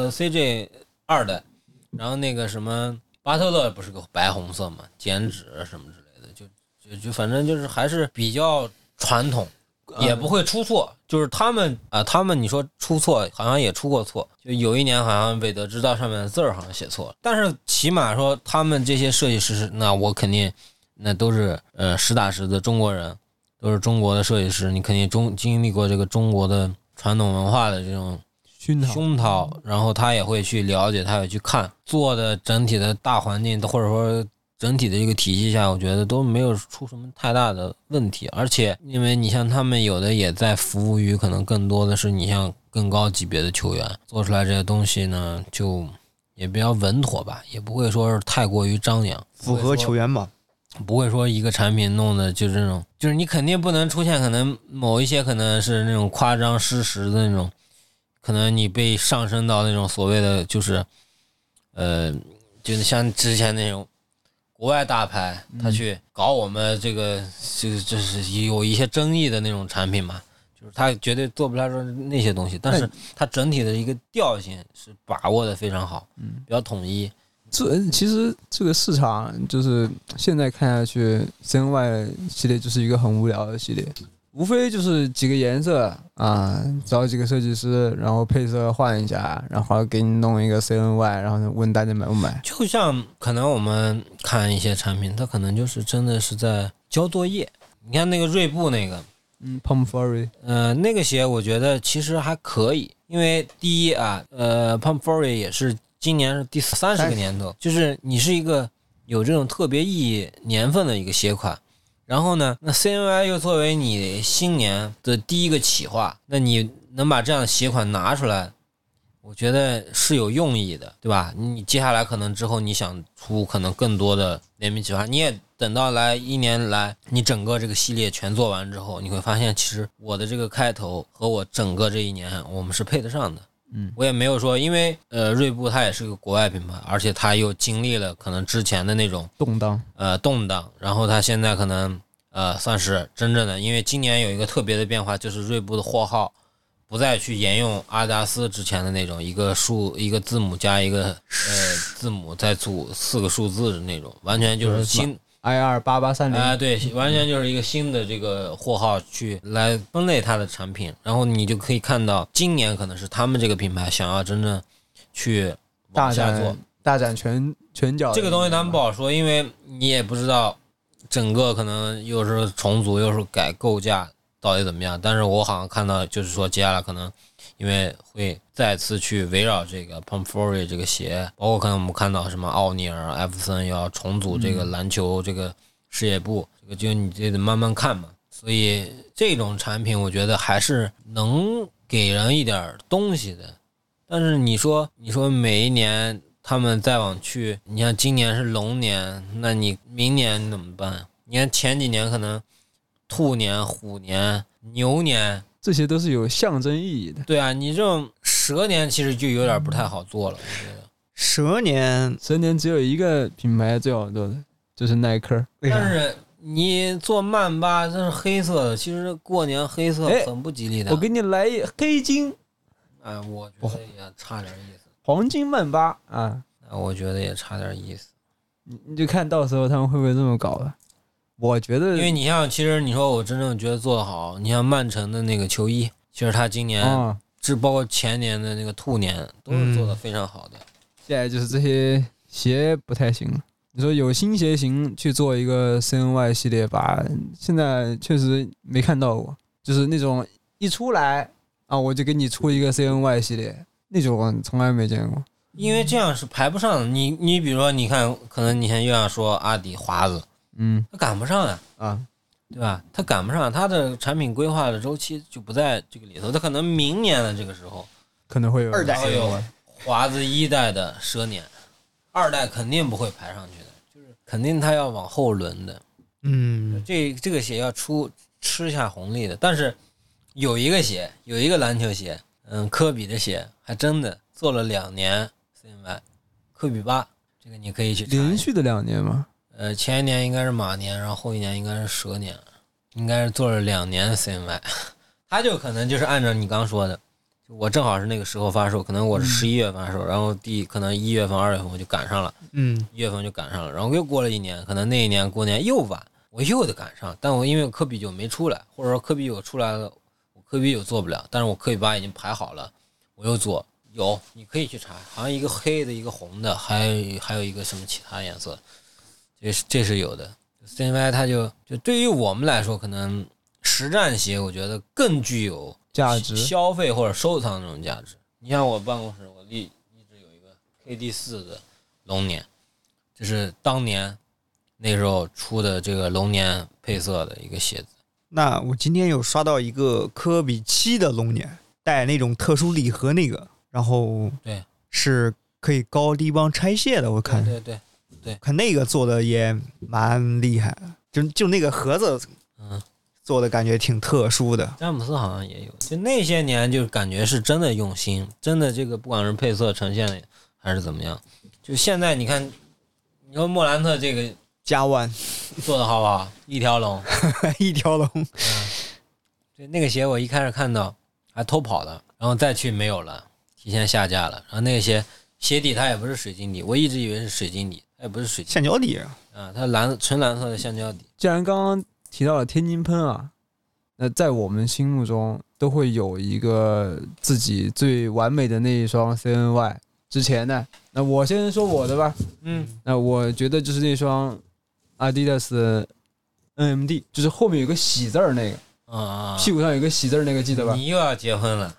[SPEAKER 2] 呃 CJ 二代，然后那个什么巴特勒不是个白红色嘛，剪纸什么之类的，就就就反正就是还是比较传统。也不会出错，就是他们啊、他们你说出错，好像也出过错。就有一年好像韦德之道上面的字儿好像写错了，但是起码说他们这些设计师，那我肯定那都是呃实打实的中国人，都是中国的设计师，你肯定中经历过这个中国的传统文化的这种
[SPEAKER 1] 熏陶，
[SPEAKER 2] 熏陶，然后他也会去了解，他也去看做的整体的大环境，或者说整体的一个体系下，我觉得都没有出什么太大的问题。而且，因为你像他们有的也在服务于，可能更多的是你像更高级别的球员做出来这些东西呢，就也比较稳妥吧，也不会说是太过于张扬，
[SPEAKER 3] 符合球
[SPEAKER 2] 员
[SPEAKER 3] 员吧？
[SPEAKER 2] 不会说一个产品弄的就这种，就是你肯定不能出现可能某一些可能是那种夸张失实的那种，可能你被上升到那种所谓的就是，呃，就是像之前那种国外大牌他去搞我们这个，就是这是有一些争议的那种产品嘛，就是他绝对做不来说那些东西，但是它整体的一个调性是把握的非常好，
[SPEAKER 1] 嗯，
[SPEAKER 2] 比较统一，
[SPEAKER 1] 这呃其实这个市场就是现在看下去，CNY 系列就是一个很无聊的系列，无非就是几个颜色啊，找几个设计师，然后配色换一下，然后给你弄一个 CNY，然后问大家买不买。
[SPEAKER 2] 就像可能我们看一些产品，它可能就是真的是在交作业。你看那个锐步那个，
[SPEAKER 1] 嗯 p o m f o r y
[SPEAKER 2] 呃，那个鞋我觉得其实还可以，因为第一啊，呃 p o m f o r y 也是今年是第三十个年头，就是你是一个有这种特别意义年份的一个鞋款。然后呢，那 CNY 又作为你新年的第一个企划，那你能把这样的鞋款拿出来，我觉得是有用意的，对吧？你接下来可能之后你想出可能更多的联名企划，你也等到来一年来你整个这个系列全做完之后，你会发现其实我的这个开头和我整个这一年我们是配得上的。
[SPEAKER 1] 嗯，
[SPEAKER 2] 我也没有说，因为呃，锐步它也是个国外品牌，而且它又经历了可能之前的那种
[SPEAKER 1] 动荡，
[SPEAKER 2] 呃动荡，然后它现在可能呃算是真正的，因为今年有一个特别的变化，就是锐步的货号不再去沿用阿迪达斯之前的那种一个数一个字母加一个呃字母再组四个数字的那种，完全就是新
[SPEAKER 1] i 二八八三
[SPEAKER 2] 啊、
[SPEAKER 1] 零，
[SPEAKER 2] 对，完全就是一个新的这个货号去来分类它的产品，然后你就可以看到今年可能是他们这个品牌想要真正去
[SPEAKER 1] 大
[SPEAKER 2] 往下做
[SPEAKER 1] 展。大展拳拳脚的
[SPEAKER 2] 这个东西咱们不
[SPEAKER 1] 吧
[SPEAKER 2] 好说，因为你也不知道整个可能又是重组又是改构架到底怎么样。但是我好像看到就是说接下来可能因为会再次去围绕这个 p o m f o r y 这个鞋，包括可能我们看到什么奥尼尔、艾弗森要重组这个篮球这个事业部，这个就你这得慢慢看嘛。所以这种产品，我觉得还是能给人一点儿东西的。但是你说，你说每一年他们再往去，你像今年是龙年，那你明年怎么办？你看前几年可能兔年、虎年、牛年，
[SPEAKER 1] 这些都是有象征意义的。
[SPEAKER 2] 对啊，你这种蛇年其实就有点不太好做了，我觉得。
[SPEAKER 3] 蛇年
[SPEAKER 1] 蛇年只有一个品牌最好做的就是耐克，
[SPEAKER 3] 为啥
[SPEAKER 2] 但？是你做曼巴，这是黑色的，其实过年黑色
[SPEAKER 1] 哎
[SPEAKER 2] 很不吉利的。
[SPEAKER 1] 我给你来一黑金
[SPEAKER 2] 哎，我觉得也差点意思，
[SPEAKER 1] 黄金曼巴啊，
[SPEAKER 2] 哎我觉得也差点意思。
[SPEAKER 1] 你你就看到时候他们会不会这么搞了？我觉得
[SPEAKER 2] 因为你像，其实你说我真正觉得做得好，你像曼城的那个球衣，其实他今年
[SPEAKER 1] 啊、
[SPEAKER 2] 这包括前年的那个兔年都是做的非常好的。
[SPEAKER 1] 现在就是这些鞋不太行了。你说有新鞋型去做一个 CNY 系列吧，现在确实没看到过，就是那种一出来啊，我就给你出一个 CNY 系列，那种我从来没见过。
[SPEAKER 2] 因为这样是排不上的，你你比如说，你看，可能你现在又想说阿迪华子，
[SPEAKER 1] 嗯
[SPEAKER 2] 他赶不上啊，
[SPEAKER 1] 啊，
[SPEAKER 2] 对吧？他赶不上，他的产品规划的周期就不在这个里头，他可能明年的这个时候，
[SPEAKER 1] 可能会有
[SPEAKER 3] 二代
[SPEAKER 2] 会有华子一代的蛇年，二代肯定不会排上去的，就是肯定他要往后轮的。
[SPEAKER 3] 嗯，
[SPEAKER 2] 这这个鞋要出吃下红利的，但是有一个鞋，有一个篮球鞋，嗯，科比的鞋还真的做了两年 CNY，科比八，这个你可以去查一下
[SPEAKER 1] 连续的两年嘛，
[SPEAKER 2] 呃，前一年应该是马年，然后后一年应该是蛇年，应该是做了两年的 CNY，他就可能就是按照你刚说的，就我正好是那个时候发售，可能我是十一月发售，然后第可能一月份、二月份我就赶上了。
[SPEAKER 3] 嗯，
[SPEAKER 2] 一月份就赶上了，然后又过了一年，可能那一年过年又晚，我又得赶上，但我因为科比九没出来，或者说科比九出来了，我科比九做不了，但是我科比八已经排好了，我又做。有，你可以去查，好像一个黑的，一个红的，还有还有一个什么其他颜色，这是这是有的。CNY 它就就对于我们来说，可能实战鞋我觉得更具有
[SPEAKER 1] 价值
[SPEAKER 2] 消费或者收藏这种价值。你像我办公室，我一一直有一个 KD 四的龙年，这是当年那时候出的这个龙年配色的一个鞋子。
[SPEAKER 3] 那我今天有刷到一个科比七的龙年，带那种特殊礼盒那个，然后
[SPEAKER 2] 对，
[SPEAKER 3] 是可以高低帮拆卸的，我看
[SPEAKER 2] 对对对
[SPEAKER 3] 看那个做的也蛮厉害的，就就那个盒子
[SPEAKER 2] 嗯，
[SPEAKER 3] 做的感觉挺特殊的。
[SPEAKER 2] 詹姆斯好像也有，就那些年就感觉是真的用心，真的这个不管是配色呈现还是怎么样，就现在你看，你说莫兰特这个
[SPEAKER 3] 加万 *laughs*
[SPEAKER 2] 做的好不好？一条龙，
[SPEAKER 3] 一条龙，
[SPEAKER 2] 嗯对，那个鞋我一开始看到还偷跑的，然后再去没有了，提前下架了。然后那个鞋鞋底它也不是水晶底，我一直以为是水晶底，它也不是水晶
[SPEAKER 3] 橡胶底啊，
[SPEAKER 2] 啊，它蓝纯蓝色的橡胶底。
[SPEAKER 1] 既然刚刚提到了天津喷啊，那在我们心目中都会有一个自己最完美的那一双 CNY。之前呢，那我先说我的吧。
[SPEAKER 2] 嗯
[SPEAKER 1] 那我觉得就是那双 Adidas 的 NMD，就是后面有个喜字儿那个，
[SPEAKER 2] 啊，
[SPEAKER 1] 屁股上有个喜字儿那个，记得吧？
[SPEAKER 2] 你又要结婚了，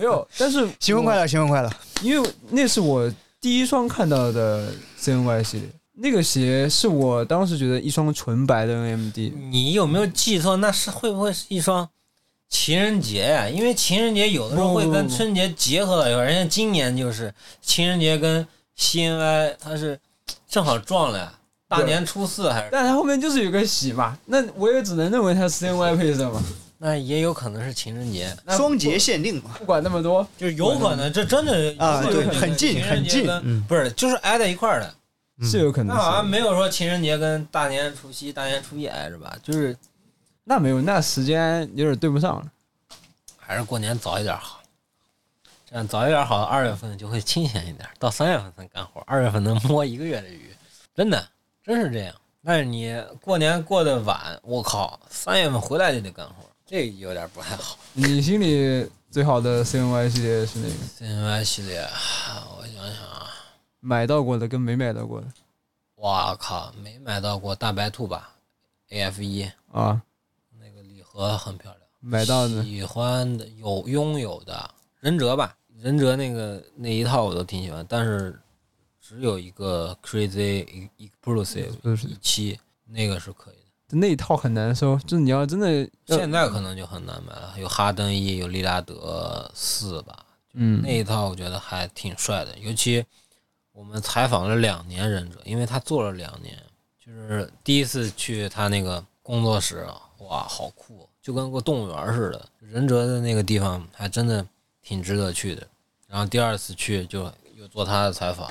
[SPEAKER 1] 没有，但是
[SPEAKER 3] 新婚快乐，新婚快乐。
[SPEAKER 1] 因为那是我第一双看到的 CNY 系列，那个鞋是我当时觉得一双纯白的 NMD，
[SPEAKER 2] 你有没有记错？那是会不会是一双情人节呀、因为情人节有的时候
[SPEAKER 1] 不
[SPEAKER 2] 会
[SPEAKER 1] 不
[SPEAKER 2] 跟
[SPEAKER 1] 不不
[SPEAKER 2] 春节结合到一块儿，人家今年就是情人节跟 CNY 它是正好撞了呀，大
[SPEAKER 1] 对
[SPEAKER 2] 年初
[SPEAKER 1] *laughs*
[SPEAKER 2] 四还是
[SPEAKER 1] 但它后面就是有个喜嘛，那我也只能认为它是 CNY 配色嘛。 *laughs*
[SPEAKER 2] 那也有可能是情人节。
[SPEAKER 1] 那
[SPEAKER 3] 双节限定嘛，
[SPEAKER 1] 不管那么多，
[SPEAKER 2] 就是有可能，这真的
[SPEAKER 3] 啊，
[SPEAKER 1] 有
[SPEAKER 3] 对，
[SPEAKER 1] 可能
[SPEAKER 3] 很近很近，嗯，
[SPEAKER 2] 不是就是挨在一块儿的。
[SPEAKER 3] 嗯
[SPEAKER 1] 是有可能
[SPEAKER 2] 那
[SPEAKER 1] 是
[SPEAKER 2] 好像啊没有说情人节跟大年除夕、大年初一挨着吧？就是
[SPEAKER 1] 那没有，那时间有点对不上了。
[SPEAKER 2] 还是过年早一点好，这样早一点好，二月份就会清闲一点，到三月份才干活，二月份能摸一个月的鱼，真的，真是这样。但是你过年过得晚，我靠，三月份回来就得干活，这有点不太好。
[SPEAKER 1] 你心里最好的 CNY 系列是哪个？
[SPEAKER 2] CNY 系列，我想想啊，
[SPEAKER 1] 买到过的跟没买到过的
[SPEAKER 2] 我靠，没买到过大白兔吧？AF 一。
[SPEAKER 1] 啊？
[SPEAKER 2] 那个礼盒很漂亮，
[SPEAKER 1] 买到的
[SPEAKER 2] 喜欢的有拥有的忍者吧，忍者那个那一套我都挺喜欢，但是只有一个 Crazy Explosive
[SPEAKER 1] 就是
[SPEAKER 2] 一期那个是可以的，
[SPEAKER 1] 那一套很难收，就是你要真的要
[SPEAKER 2] 现在可能就很难买了。有哈登一，有利拉德四吧，
[SPEAKER 1] 嗯
[SPEAKER 2] 那一套我觉得还挺帅的，尤其我们采访了两年忍者，因为他做了两年，就是第一次去他那个工作室，啊哇，好酷，哦就跟个动物园似的。忍者的那个地方还真的挺值得去的。然后第二次去就又做他的采访，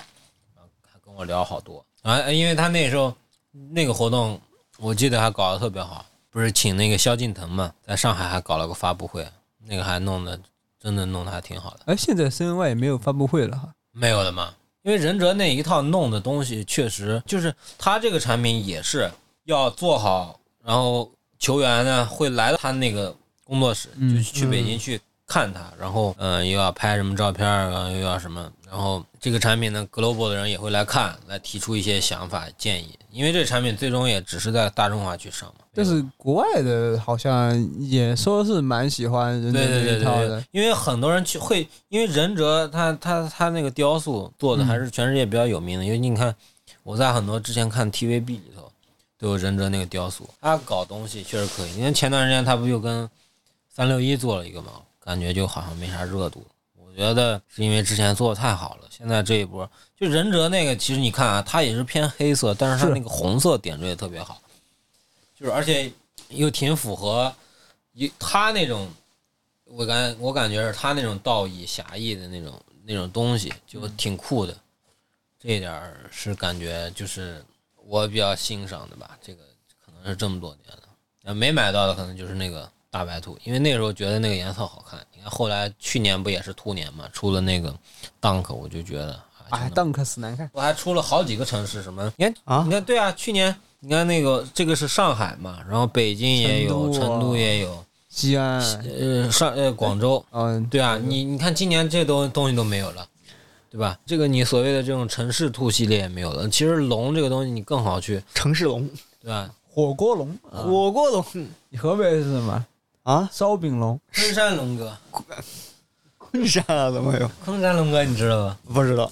[SPEAKER 2] 然后还跟我聊好多。啊，因为他那时候那个活动，我记得还搞得特别好，不是请那个萧敬腾嘛，在上海还搞了个发布会，那个还弄得真的弄得还挺好的。
[SPEAKER 1] 哎，现在 CNY 也没有发布会了哈。
[SPEAKER 2] 没有的嘛，因为忍者那一套弄的东西，确实就是他这个产品也是要做好，然后球员呢会来到他那个工作室，
[SPEAKER 1] 嗯
[SPEAKER 2] 就去北京去看他，然后嗯、呃又要拍什么照片儿，然后又要什么，然后这个产品呢，global 的人也会来看，来提出一些想法建议，因为这个产品最终也只是在大众化去上嘛。
[SPEAKER 1] 但是国外的好像也说是蛮喜欢忍者
[SPEAKER 2] 对对
[SPEAKER 1] 这
[SPEAKER 2] 对
[SPEAKER 1] 一套
[SPEAKER 2] 对
[SPEAKER 1] 的
[SPEAKER 2] 对，，因为很多人去会，因为忍者他他他那个雕塑做
[SPEAKER 1] 嗯
[SPEAKER 2] 的还是全世界比较有名的，因为你看我在很多之前看 TVB 里头都有忍者那个雕塑，他搞东西确实可以。因为前段时间他不就跟三六一做了一个嘛，感觉就好像没啥热度。我觉得是因为之前做的太好了，现在这一波就忍者那个，其实你看啊，它也是偏黑色，但是它
[SPEAKER 1] 是
[SPEAKER 2] 那个红色点缀得特别好，就是而且又挺符合一他那种，我感我感觉是他那种道义侠义的那种那种东西，就
[SPEAKER 1] 嗯
[SPEAKER 2] 挺酷的。这一点儿是感觉就是我比较欣赏的吧，这个可能是这么多年了。呃，没买到的可能就是那个大白兔，因为那时候觉得那个颜色好看。你看后来去年不也是兔年嘛，出了那个 Dunk，我就觉得啊，
[SPEAKER 1] 哎
[SPEAKER 2] 真的
[SPEAKER 1] ，Dunk 死难看。
[SPEAKER 2] 我还出了好几个城市，什么你看
[SPEAKER 3] 啊
[SPEAKER 2] 你，看对啊，去年你看那个这个是上海嘛，然后北京也有，
[SPEAKER 1] 成
[SPEAKER 2] 成
[SPEAKER 1] 都
[SPEAKER 2] 都
[SPEAKER 1] 啊
[SPEAKER 2] 也有，
[SPEAKER 1] 西安，
[SPEAKER 2] 呃上呃广州，
[SPEAKER 1] 嗯，
[SPEAKER 2] 对啊，你你看今年这东东西都没有了，对吧？这个你所谓的这种城市兔系列也没有了。其实龙这个东西你更好去，
[SPEAKER 3] 城市龙，
[SPEAKER 2] 对吧？
[SPEAKER 1] 火锅龙，
[SPEAKER 3] 火锅龙
[SPEAKER 1] 你河北是什么？
[SPEAKER 3] 啊，
[SPEAKER 1] 烧饼龙，
[SPEAKER 2] 昆山龙哥，
[SPEAKER 3] 昆山啊，怎么有？
[SPEAKER 2] 昆山龙哥你知道吧？
[SPEAKER 3] 不知道。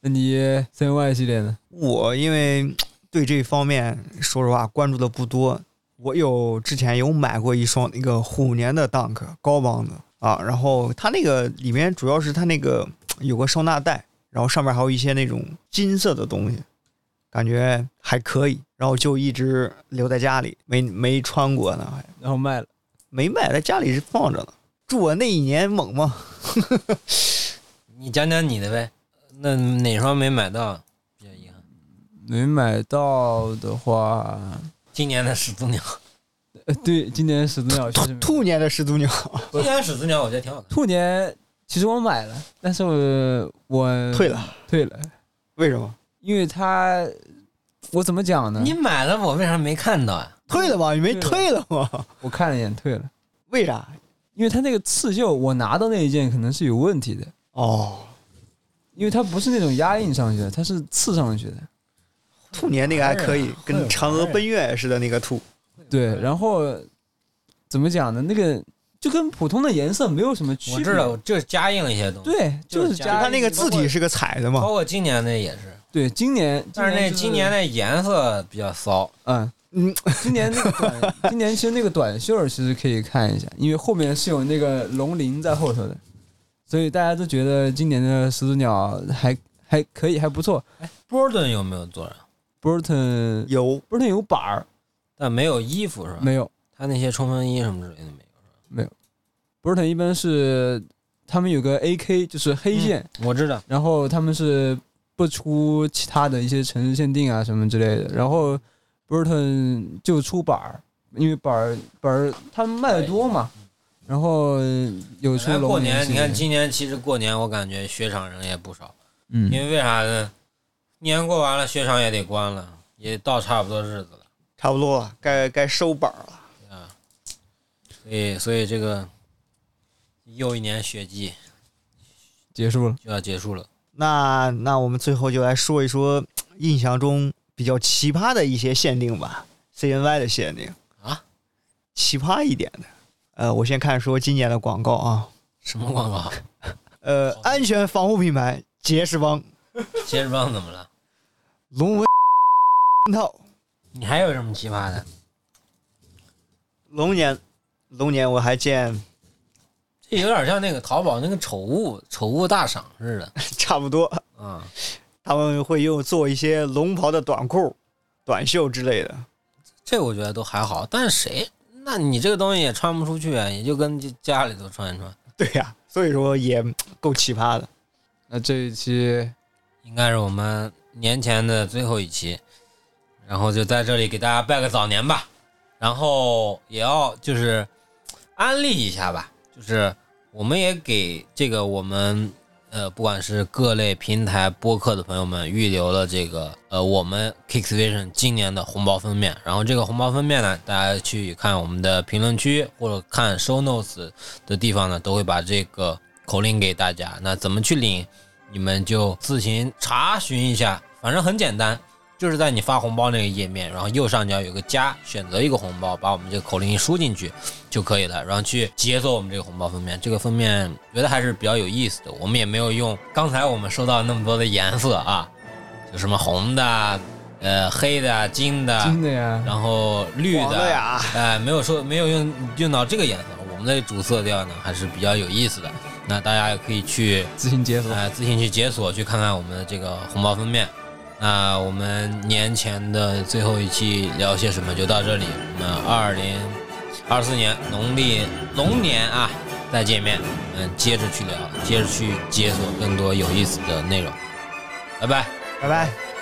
[SPEAKER 1] 那你 CNY 系列呢？
[SPEAKER 3] 我因为对这方面说实话关注的不多，我有之前有买过一双那个虎年的 Dunk 高帮的啊，然后它那个里面主要是它那个有个收纳袋，然后上面还有一些那种金色的东西，感觉还可以，然后就一直留在家里，没没穿过呢，还
[SPEAKER 1] 然后卖了。
[SPEAKER 3] 没卖，在家里是放着呢。祝我那一年猛嘛，
[SPEAKER 2] 你讲讲你的呗，那哪双没买到比较遗憾？
[SPEAKER 1] 没买到的话，
[SPEAKER 2] 今年的始祖鸟，
[SPEAKER 1] 呃，对，今年始祖鸟确实没
[SPEAKER 3] 兔年的始祖鸟，
[SPEAKER 2] 今年始祖鸟我觉得挺好看。
[SPEAKER 1] 兔年，其实我买了，但是我我
[SPEAKER 3] *laughs* 退了，
[SPEAKER 1] 退了，
[SPEAKER 3] 为什么？
[SPEAKER 1] 因为它我怎么讲呢
[SPEAKER 2] 你？买了，我为啥没看到啊？
[SPEAKER 3] 退了吗？你没退了吗？
[SPEAKER 1] 我看了一眼退了，
[SPEAKER 3] 为啥？
[SPEAKER 1] 因为它那个刺绣，我拿到那一件可能是有问题的，
[SPEAKER 3] 哦，
[SPEAKER 1] 因为它不是那种压印上去的，它是刺上去的。
[SPEAKER 3] 兔年那个还可以，
[SPEAKER 2] 会有
[SPEAKER 3] 跟嫦娥奔月似的那个兔，
[SPEAKER 1] 对，然后怎么讲呢？那个就跟普通的颜色没有什么区别。
[SPEAKER 2] 我知道，我就是加印了一些东西。，
[SPEAKER 1] 对，
[SPEAKER 2] 就是
[SPEAKER 1] 是
[SPEAKER 2] 加
[SPEAKER 1] 加
[SPEAKER 3] 它那个字体是个彩的嘛
[SPEAKER 2] 包。括今年的也是，
[SPEAKER 1] 对，今年，
[SPEAKER 2] 但是那
[SPEAKER 1] 就是
[SPEAKER 2] 今年的颜色比较骚。
[SPEAKER 1] 嗯，
[SPEAKER 3] 嗯，
[SPEAKER 1] 今年那个短，今年其实那个短袖儿其实可以看一下，因为后面是有那个龙鳞在后头的，所以大家都觉得今年的始祖鸟还还可以，还不错。
[SPEAKER 2] 波顿有没有做呀？
[SPEAKER 1] Burton
[SPEAKER 3] 有
[SPEAKER 1] Burton 有板儿
[SPEAKER 2] 但没有衣服是吧？
[SPEAKER 1] 没有
[SPEAKER 2] 他那些冲锋衣什么之类的没有。
[SPEAKER 1] ？Burton 一般是他们有个 AK，就是黑线，
[SPEAKER 2] 嗯我知道，
[SPEAKER 1] 然后他们是不出其他的一些城市限定啊什么之类的，然后 Burton 就出板儿，因为板儿板儿他们卖的多嘛，然后有出
[SPEAKER 2] 本来
[SPEAKER 1] 龙
[SPEAKER 2] 过
[SPEAKER 1] 鳞
[SPEAKER 2] 年，
[SPEAKER 1] 系
[SPEAKER 2] 你
[SPEAKER 1] 列
[SPEAKER 2] 看今年其实过年我感觉雪场人也不少，
[SPEAKER 1] 嗯
[SPEAKER 2] 因为为啥呢？年过完了，雪场也得关了，也到差不多日子了，
[SPEAKER 3] 差不多了，该该收板儿了。
[SPEAKER 2] 对吧？所以，所以这个又一年雪季
[SPEAKER 1] 结束了。
[SPEAKER 2] 就要结束了。
[SPEAKER 3] 那那我们最后就来说一说印象中比较奇葩的一些限定吧，CNY 的限定
[SPEAKER 2] 啊，
[SPEAKER 3] 奇葩一点的。呃，我先看说今年的广告啊，
[SPEAKER 2] 什么广告？ *laughs*
[SPEAKER 3] 呃，安全防护品牌杰士邦
[SPEAKER 2] 杰士邦怎么了？
[SPEAKER 3] 龙纹套
[SPEAKER 2] 你还有什么奇葩的？
[SPEAKER 3] 龙年，龙年我还见
[SPEAKER 2] 这有点像那个淘宝那个丑物丑物大赏似的
[SPEAKER 3] 差不多，
[SPEAKER 2] 啊、
[SPEAKER 3] 他们会用做一些龙袍的短裤、短袖之类的。
[SPEAKER 2] 这我觉得都还好。但是谁？那你这个东西也穿不出去，啊也就跟家家里头穿一穿。
[SPEAKER 3] 对呀、所以说也嗯够奇葩的。
[SPEAKER 1] 那这一期
[SPEAKER 2] 应该是我们年前的最后一期，然后就在这里给大家拜个早年吧，然后也要就是安利一下吧，就是我们也给这个我们呃不管是各类平台播客的朋友们预留了这个呃我们 Kicks Vision 今年的红包封面，然后这个红包封面呢，大家去看我们的评论区或者看 Show Notes 的地方呢，都会把这个口令给大家。那怎么去领？你们就自行查询一下，反正很简单，就是在你发红包那个页面，然后右上角有个加，选择一个红包，把我们这个口令一输进去就可以了，然后去解锁我们这个红包封面。这个封面觉得还是比较有意思的，我们也没有用刚才我们收到那么多的颜色啊， *laughs* 就什么红的、呃黑的、金的，
[SPEAKER 1] 金的呀，
[SPEAKER 2] 然后绿
[SPEAKER 3] 黄的呀，
[SPEAKER 2] 哎，没有说没有用用到这个颜色，我们的主色调呢还是比较有意思的。那大家也可以去
[SPEAKER 1] 自行解锁。
[SPEAKER 2] 啊，自行去解锁，去看看我们的这个红包封面。那我们年前的最后一期聊些什么就到这里，我们二零二四年农历龙年啊再见面，嗯，接着去聊，接着去解锁更多有意思的内容，拜拜。
[SPEAKER 3] 拜拜。